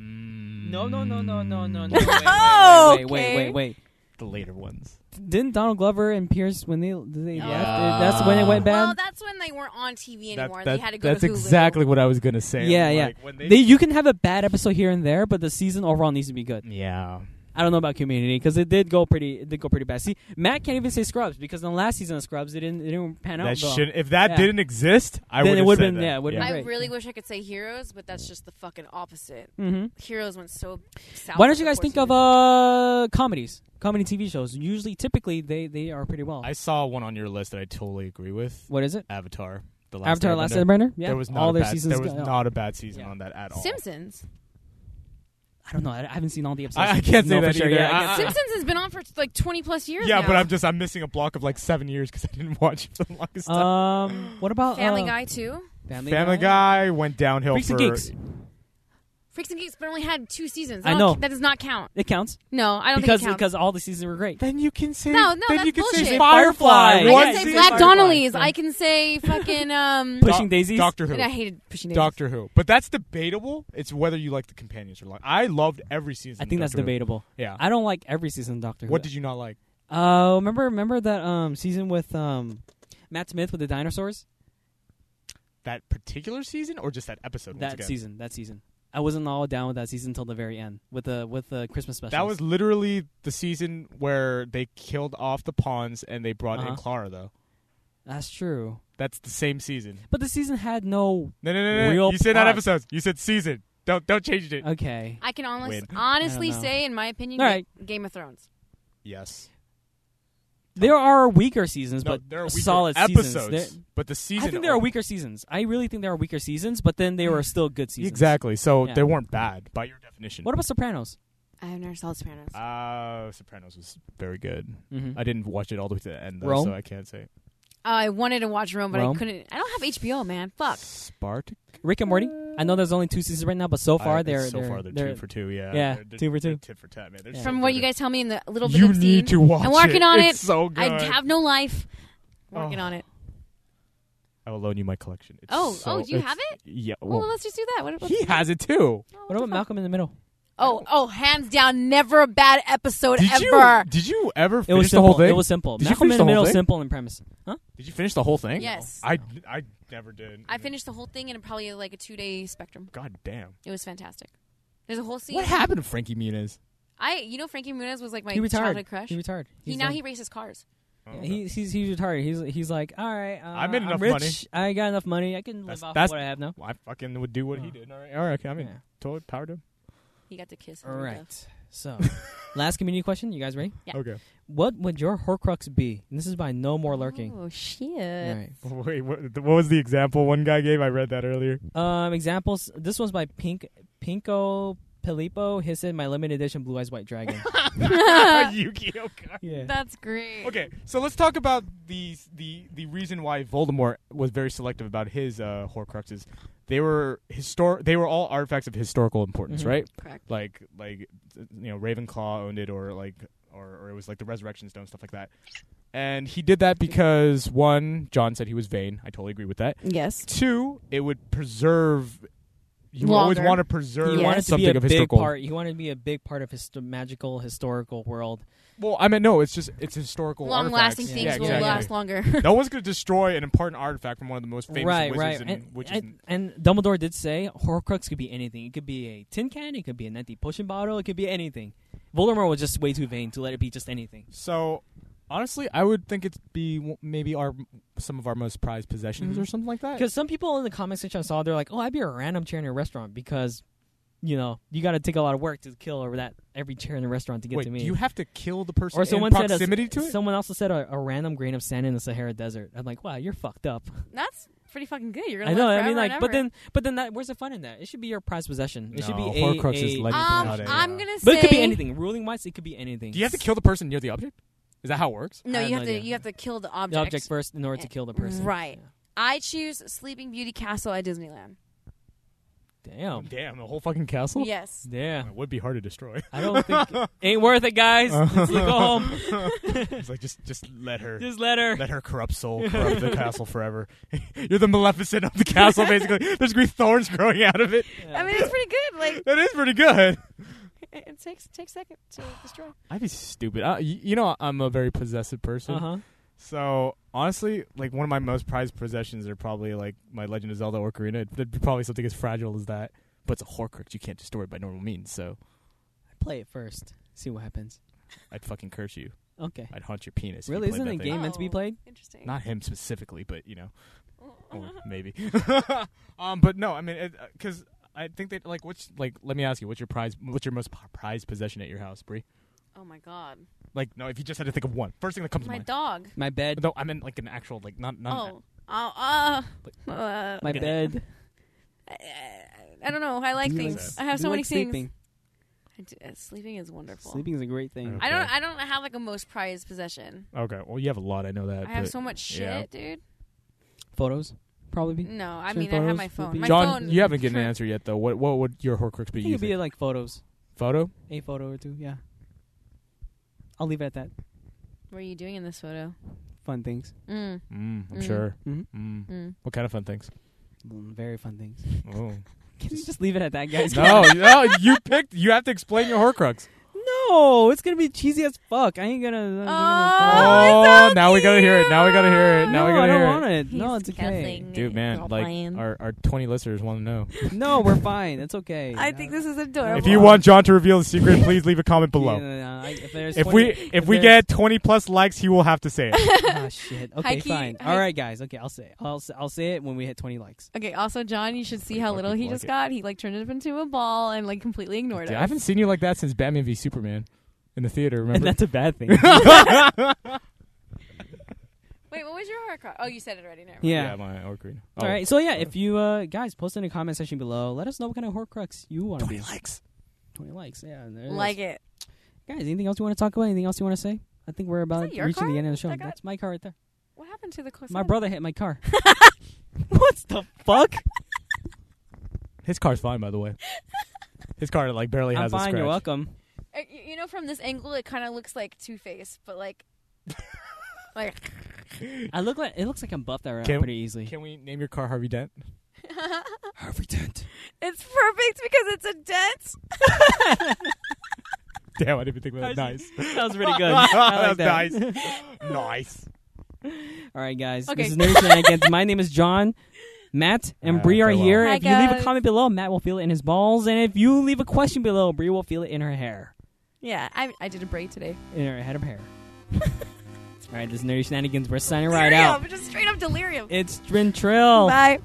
No, no, no, no, no, [LAUGHS] no, no.
Oh,
Wait, wait, wait, wait, wait.
The later ones.
Didn't Donald Glover and Pierce when they they
Yeah.
left? That's when it went bad.
Well, that's when they weren't on TV anymore.
that,
they had to go
that's
to Hulu.
exactly what I was gonna say.
Yeah, yeah.
like, When they,
They, you can have a bad episode here and there, but the season overall needs to be good.
yeah.
I don't know about Community because it did go pretty, it did go pretty bad. See, Matt can't even say Scrubs because in the last season of Scrubs, it didn't, it didn't pan out.
that
well.
should if that
Yeah.
didn't exist, I
Then it
would have
would've
said
been-
that.
yeah, it would've
I
Right.
really wish I could say Heroes, but that's just the fucking opposite.
hmm
Heroes went so south.
Why don't
for
you guys
four
think of
seasons.
uh comedies, comedy TV shows? Usually, typically, they they are pretty well.
I saw one on your list that I totally agree with.
what is it?
Avatar. The last
Avatar:
Airbender.
Last Airbender. Yeah,
There was not
all
a
their
bad,
seasons.
There was
go-
not a bad season
Yeah.
on that at all.
Simpsons?
I don't know. I, I haven't seen all the episodes.
[LAUGHS] I, I can't say
No, for
that
sure.
either.
Yeah, I
I-
can't-
[LAUGHS] I-
Simpsons has been on for like twenty plus years.
Uh, yeah,
now.
but I'm just I'm missing a block of like seven years because I didn't watch it for the longest time.
um, what about
Family
uh,
Guy too.
Family,
Family Guy went downhill
Freaks
for
and Geeks.
Freaks and Geeks, but only had two seasons.
I
That
know.
don't- that does not count.
It counts
No, I don't
because
think it counts.
because all the seasons were great.
Then you can say
No, no,
then
that's
you can say
bullshit.
Firefly.
Firefly.
I
because- One
can say
season
Black
Firefly.
Donnellys.
Yeah.
I can
[LAUGHS]
say fucking um.
Pushing Daisies?
Doctor Who.
and I hated pushing. Daisies.
Doctor Who. But that's debatable. It's whether you like the companions or not. I loved every
I
season. of
think that's
Doctor Who.
debatable.
Yeah.
I don't like every season of Doctor Who.
what did you not like?
you? Uh, remember remember that um season with um Matt Smith with the dinosaurs?
That particular season or just that episode? once
That
again?
season. That season. I wasn't all down with that season until the very end with the with the Christmas special.
That was literally the season where they killed off the pawns and they brought
Uh-huh.
in Clara. Though
that's true.
that's the same season.
But the season had no
No, no, no, no.
Real
you said not
plot.
episodes. You said season. Don't don't change it.
okay.
I can honest,
Win.
honestly
I don't know.
say, in my opinion,
All right.
Game of Thrones.
yes.
There are weaker seasons,
No,
but
there are weaker
solid
episodes,
seasons. There-
but the season. Mm.
I think there are weaker seasons. I really think there are weaker seasons, but then they were still good seasons.
Exactly. So
Yeah.
they weren't bad by your definition.
What about Sopranos?
I've never saw The Sopranos.
Uh, Sopranos was very good.
Mm-hmm.
I didn't watch it all the way to the end, though,
Rome?
so I can't say.
Oh, I wanted to watch Rome, but
Rome?
I couldn't. I don't have HBO, man. Fuck.
Spartak.
Rick and Morty. I know there's only two seasons right now, but so far
I-
they're
so
they're,
far they're,
they're-
two for two.
yeah,
Yeah, They're- they're-
two for two.
they're tit for tat, man. They're
Yeah.
so
From what
good.
you guys tell me in the little bit
you
of scene,
need to watch.
I'm working
it.
on
It's
it.
so good.
I have no life. I'm
Oh.
working on it.
I will loan you my collection. It's
Oh,
so-
oh, do you
it's-
have it? Oh,
Yeah.
Well,
Well,
let's just do that. What about
he has it too.
What about Malcolm in the Middle?
Oh, oh, hands down, never a bad episode
Did
ever.
you? Did you ever
It
finish
was
the
simple.
whole thing?
It was simple.
Did you
Malcolm
finish
in
the
the
whole
Middle,
thing?
simple in premise. Huh?
Did you finish the whole thing?
Yes.
I I never did.
I finished the whole thing in probably like a two day spectrum.
God damn.
It was fantastic. There's a whole scene.
What happened to Frankie Muniz?
I, you know, Frankie Muniz was like my
he retired.
childhood crush.
He retired.
He-
He's
now
done.
he races cars.
Yeah, he's, he's he's retired. He's he's like, all right, uh,
Oh, I made
I'm
enough
rich.
money."
I got enough money. I can
That's-
live off
that's-
of what I have now.
Well, I fucking would do what he
Oh.
did. All right, all right. okay, I mean,
Yeah.
totally powered him.
He got to kiss.
All
Hillary
right.
Duff.
[LAUGHS]
So, last community question. You guys ready?
Yeah.
Okay.
What would your Horcrux be? And this is by No More Lurking.
Oh shit!
All right.
Wait, what, what was the example one guy gave? I read
[LAUGHS]
that earlier. [LAUGHS]
Um, examples. This one's by Pink Pinko Filippo. His in my limited edition Blue Eyes
[LAUGHS]
White Dragon.
Yu-Gi-Oh card.
yeah.
That's great.
oh, Okay, so let's talk about the the the reason why Voldemort was very selective about his uh, Horcruxes. They were histor- They were all artifacts of historical importance,
Mhm.
Mm-hmm.
right?
Correct.
Like like you know Ravenclaw owned it, or like or, or it was like the Resurrection Stone stuff like that. And he did that because one, John said he was vain. I totally agree with that.
Yes.
Two, it would preserve. You would always
Longer.
want to preserve
You
Yes.
want it to
something
be a
of
big
historical.
part. You want it to be a big part of his magical historical world.
Well, I mean, no, it's just it's historical.
Long-lasting
artifacts.
things
yeah,
will
exactly.
last longer.
[LAUGHS] no one's going to destroy an important artifact from one of the most famous
right,
wizards,
right.
in,
And,
which is
and, and Dumbledore did say Horcrux could be anything. It could be a tin can. It could be an empty potion bottle. It could be anything. Voldemort was just way too vain to let it be just anything.
so. Honestly, I would think it'd be w- maybe our some of our most prized possessions
Mhm.
or something like that.
Because some people in the comment section I saw, they're like, "Oh, I'd be a random chair in your restaurant because, you know, you got to take a lot of work to kill over that every chair in the restaurant to get
Wait,
to me."
do you have to kill the person
or
in
someone said a-
proximity to it?
Someone also said a, a random grain of sand in the Sahara Desert. I'm like, wow, you're fucked up.
That's pretty fucking good. You're gonna.
[LAUGHS] I know.
Live
I mean,
forever and
like, but
ever.
then, but then, that, where's the fun in that? It should be your prized possession. It should be
No,
a,
Horcrux is
a-
legend-
um,
Not a-
I'm gonna say.
but it could be anything. Ruling wise, it could be anything.
do you have to kill the person near the object? Is that how it works?
No,
I have
you
no
have to.
idea.
You have to kill the
the
object.
object first in order to
Eh,
kill the person?
right. I choose Sleeping Beauty Castle at Disneyland.
Yeah. Damn.
Damn, the whole fucking castle.
Yes.
[LAUGHS] Yeah.
It would be hard to destroy. [LAUGHS]
I don't think ain't worth it, guys. Let's go home.
It's like just just let her
Just [LAUGHS] let her.
Let her corrupt soul corrupt the castle forever. [LAUGHS] You're the Maleficent of
[LAUGHS]
the castle, basically. There's gonna be thorns growing out of it.
I mean, it's pretty good. Like,
That is pretty good.
it it takes takes second
[SIGHS]
to destroy.
I'd be stupid. I, you you know, I'm a very possessive person.
Uh huh.
So honestly, like one of my most prized possessions are probably like my Legend of Zelda Ocarina. It'd be probably something as fragile as that, but it's a Horcrux. You can't destroy it by normal means. So
Play it first. See what happens.
I'd fucking curse you.
Okay.
I'd haunt your penis. if you
Really,
played
isn't
that
the
thing.
game meant to be
Oh.
played?
Interesting.
Not him specifically, but you know.
[LAUGHS] Oh.
or maybe. [LAUGHS] um, but no, I mean, because I think that like, what's like? Let me ask you, what's your prize? What's your most p- prized possession at your house, Brie?
Oh my god,
Like, no, if you just had to think of one, first thing that comes
my
to mind.
dog.
My bed.
no, I meant like an actual, like not not.
Oh, oh, uh, uh,
[LAUGHS] My
Okay.
bed.
I don't know. I like
Do you like
things.
that?
I have
You
so
like
many things.
sleeping.
I do- uh, Sleeping is wonderful.
Sleeping is a great thing.
Okay.
I don't. I don't have like a most prized possession.
Okay, well, you have a lot. I know that.
Oh. I have
but-
so much shit,
yeah.
dude.
Photos, probably. Be.
No, I
Sure
mean I have
photos
my
would
phone.
be-
My
John,
phone.
you haven't given an answer yet, though. What what would your Horcrux be
I think it'd
using?
be like photos.
Photo?
A photo or two. Yeah. I'll leave it at that.
What are you doing in this photo?
Fun things.
Mm,
Mm, I'm
Mm.
sure.
Mhm.
Mm.
mm.
What kind of
[LAUGHS]
fun things?
Mm, Very fun things. [LAUGHS]
Oh.
Can you just leave it at that, guys?
no, no, you picked. You have to explain your Horcrux.
No, it's gonna be cheesy as fuck. I ain't gonna. I'm
Oh,
gonna
Oh, now we gotta hear it. Now we gotta hear it. Now we
no, I
gotta
don't
hear it.
want it. no, it's okay.
Dude, man, like our, our 20 listeners want to know.
No, we're fine. It's okay.
Oh.
Uh,
I think this is adorable.
If you want John to reveal the [LAUGHS] secret, please leave a comment
Yeah,
below.
no, no, I- if, there's
If we
20
if we
there's-
get 20 plus likes, he will have to [LAUGHS] say it.
[LAUGHS]
[LAUGHS]
ah shit. Okay,
Hikey-
fine.
hike-
All right, guys. Okay, I'll say. It. I'll say, I'll say it when we hit 20 likes. [LAUGHS]
Okay. Also, John, you should see
Pretty
how
fucking
little he
like
just
it.
got. He like turned it into a ball and like completely ignored
Dude,
us.
I haven't seen you like that since Batman v Superman in the theater,
And
remember?
that's a bad
[LAUGHS]
thing. yeah.
Wait, what was your Horcrux? Oh, you said it already. Never mind.
my Oh, Orcarina.
All right. So yeah, if you uh, guys post in the comment section below, let us know what kind of Horcrux you want to
20
be.
likes.
twenty likes. Yeah, and there it is.
Like it.
guys. Anything else you want to talk about? Anything else you want to say? I think we're about
that your
reaching
car?
the end of the show.
That guy-
That's my car right there.
What happened to the close? Uh,
My
end?
brother hit my
[LAUGHS]
car. [LAUGHS] what the fuck?
His car's fine, by
[LAUGHS]
the way. His car like barely
I'm
has a
fine.
scratch.
You're welcome.
Uh, y- You know, from this angle, it kind of looks like Two Face, but like, like
I look like it looks like I'm buffed that
Can-
around pretty easily.
[LAUGHS] Can we name your car Harvey Dent? [LAUGHS]
Harvey Dent.
it's perfect because it's a dent.
Damn, I didn't think about that. Nice.
[LAUGHS] That was [LAUGHS] pretty good. I like
That's
that.
nice. nice.
All right, guys.
Okay.
This is Nerdy Shenanigans. My name is John. Matt and
Uh,
Bree are
farewell.
here.
Hi,
if you leave a
guys.
comment below, Matt will feel it in his balls, and if you leave a question below, Bree will feel it in her hair,
Yeah, I, I did a braid today.
in her head
[LAUGHS]
of hair. All right, this is Nerdy Shenanigans. We're signing right
Delirium,
out.
Just straight up delirium.
It's Trin Trill.
Bye.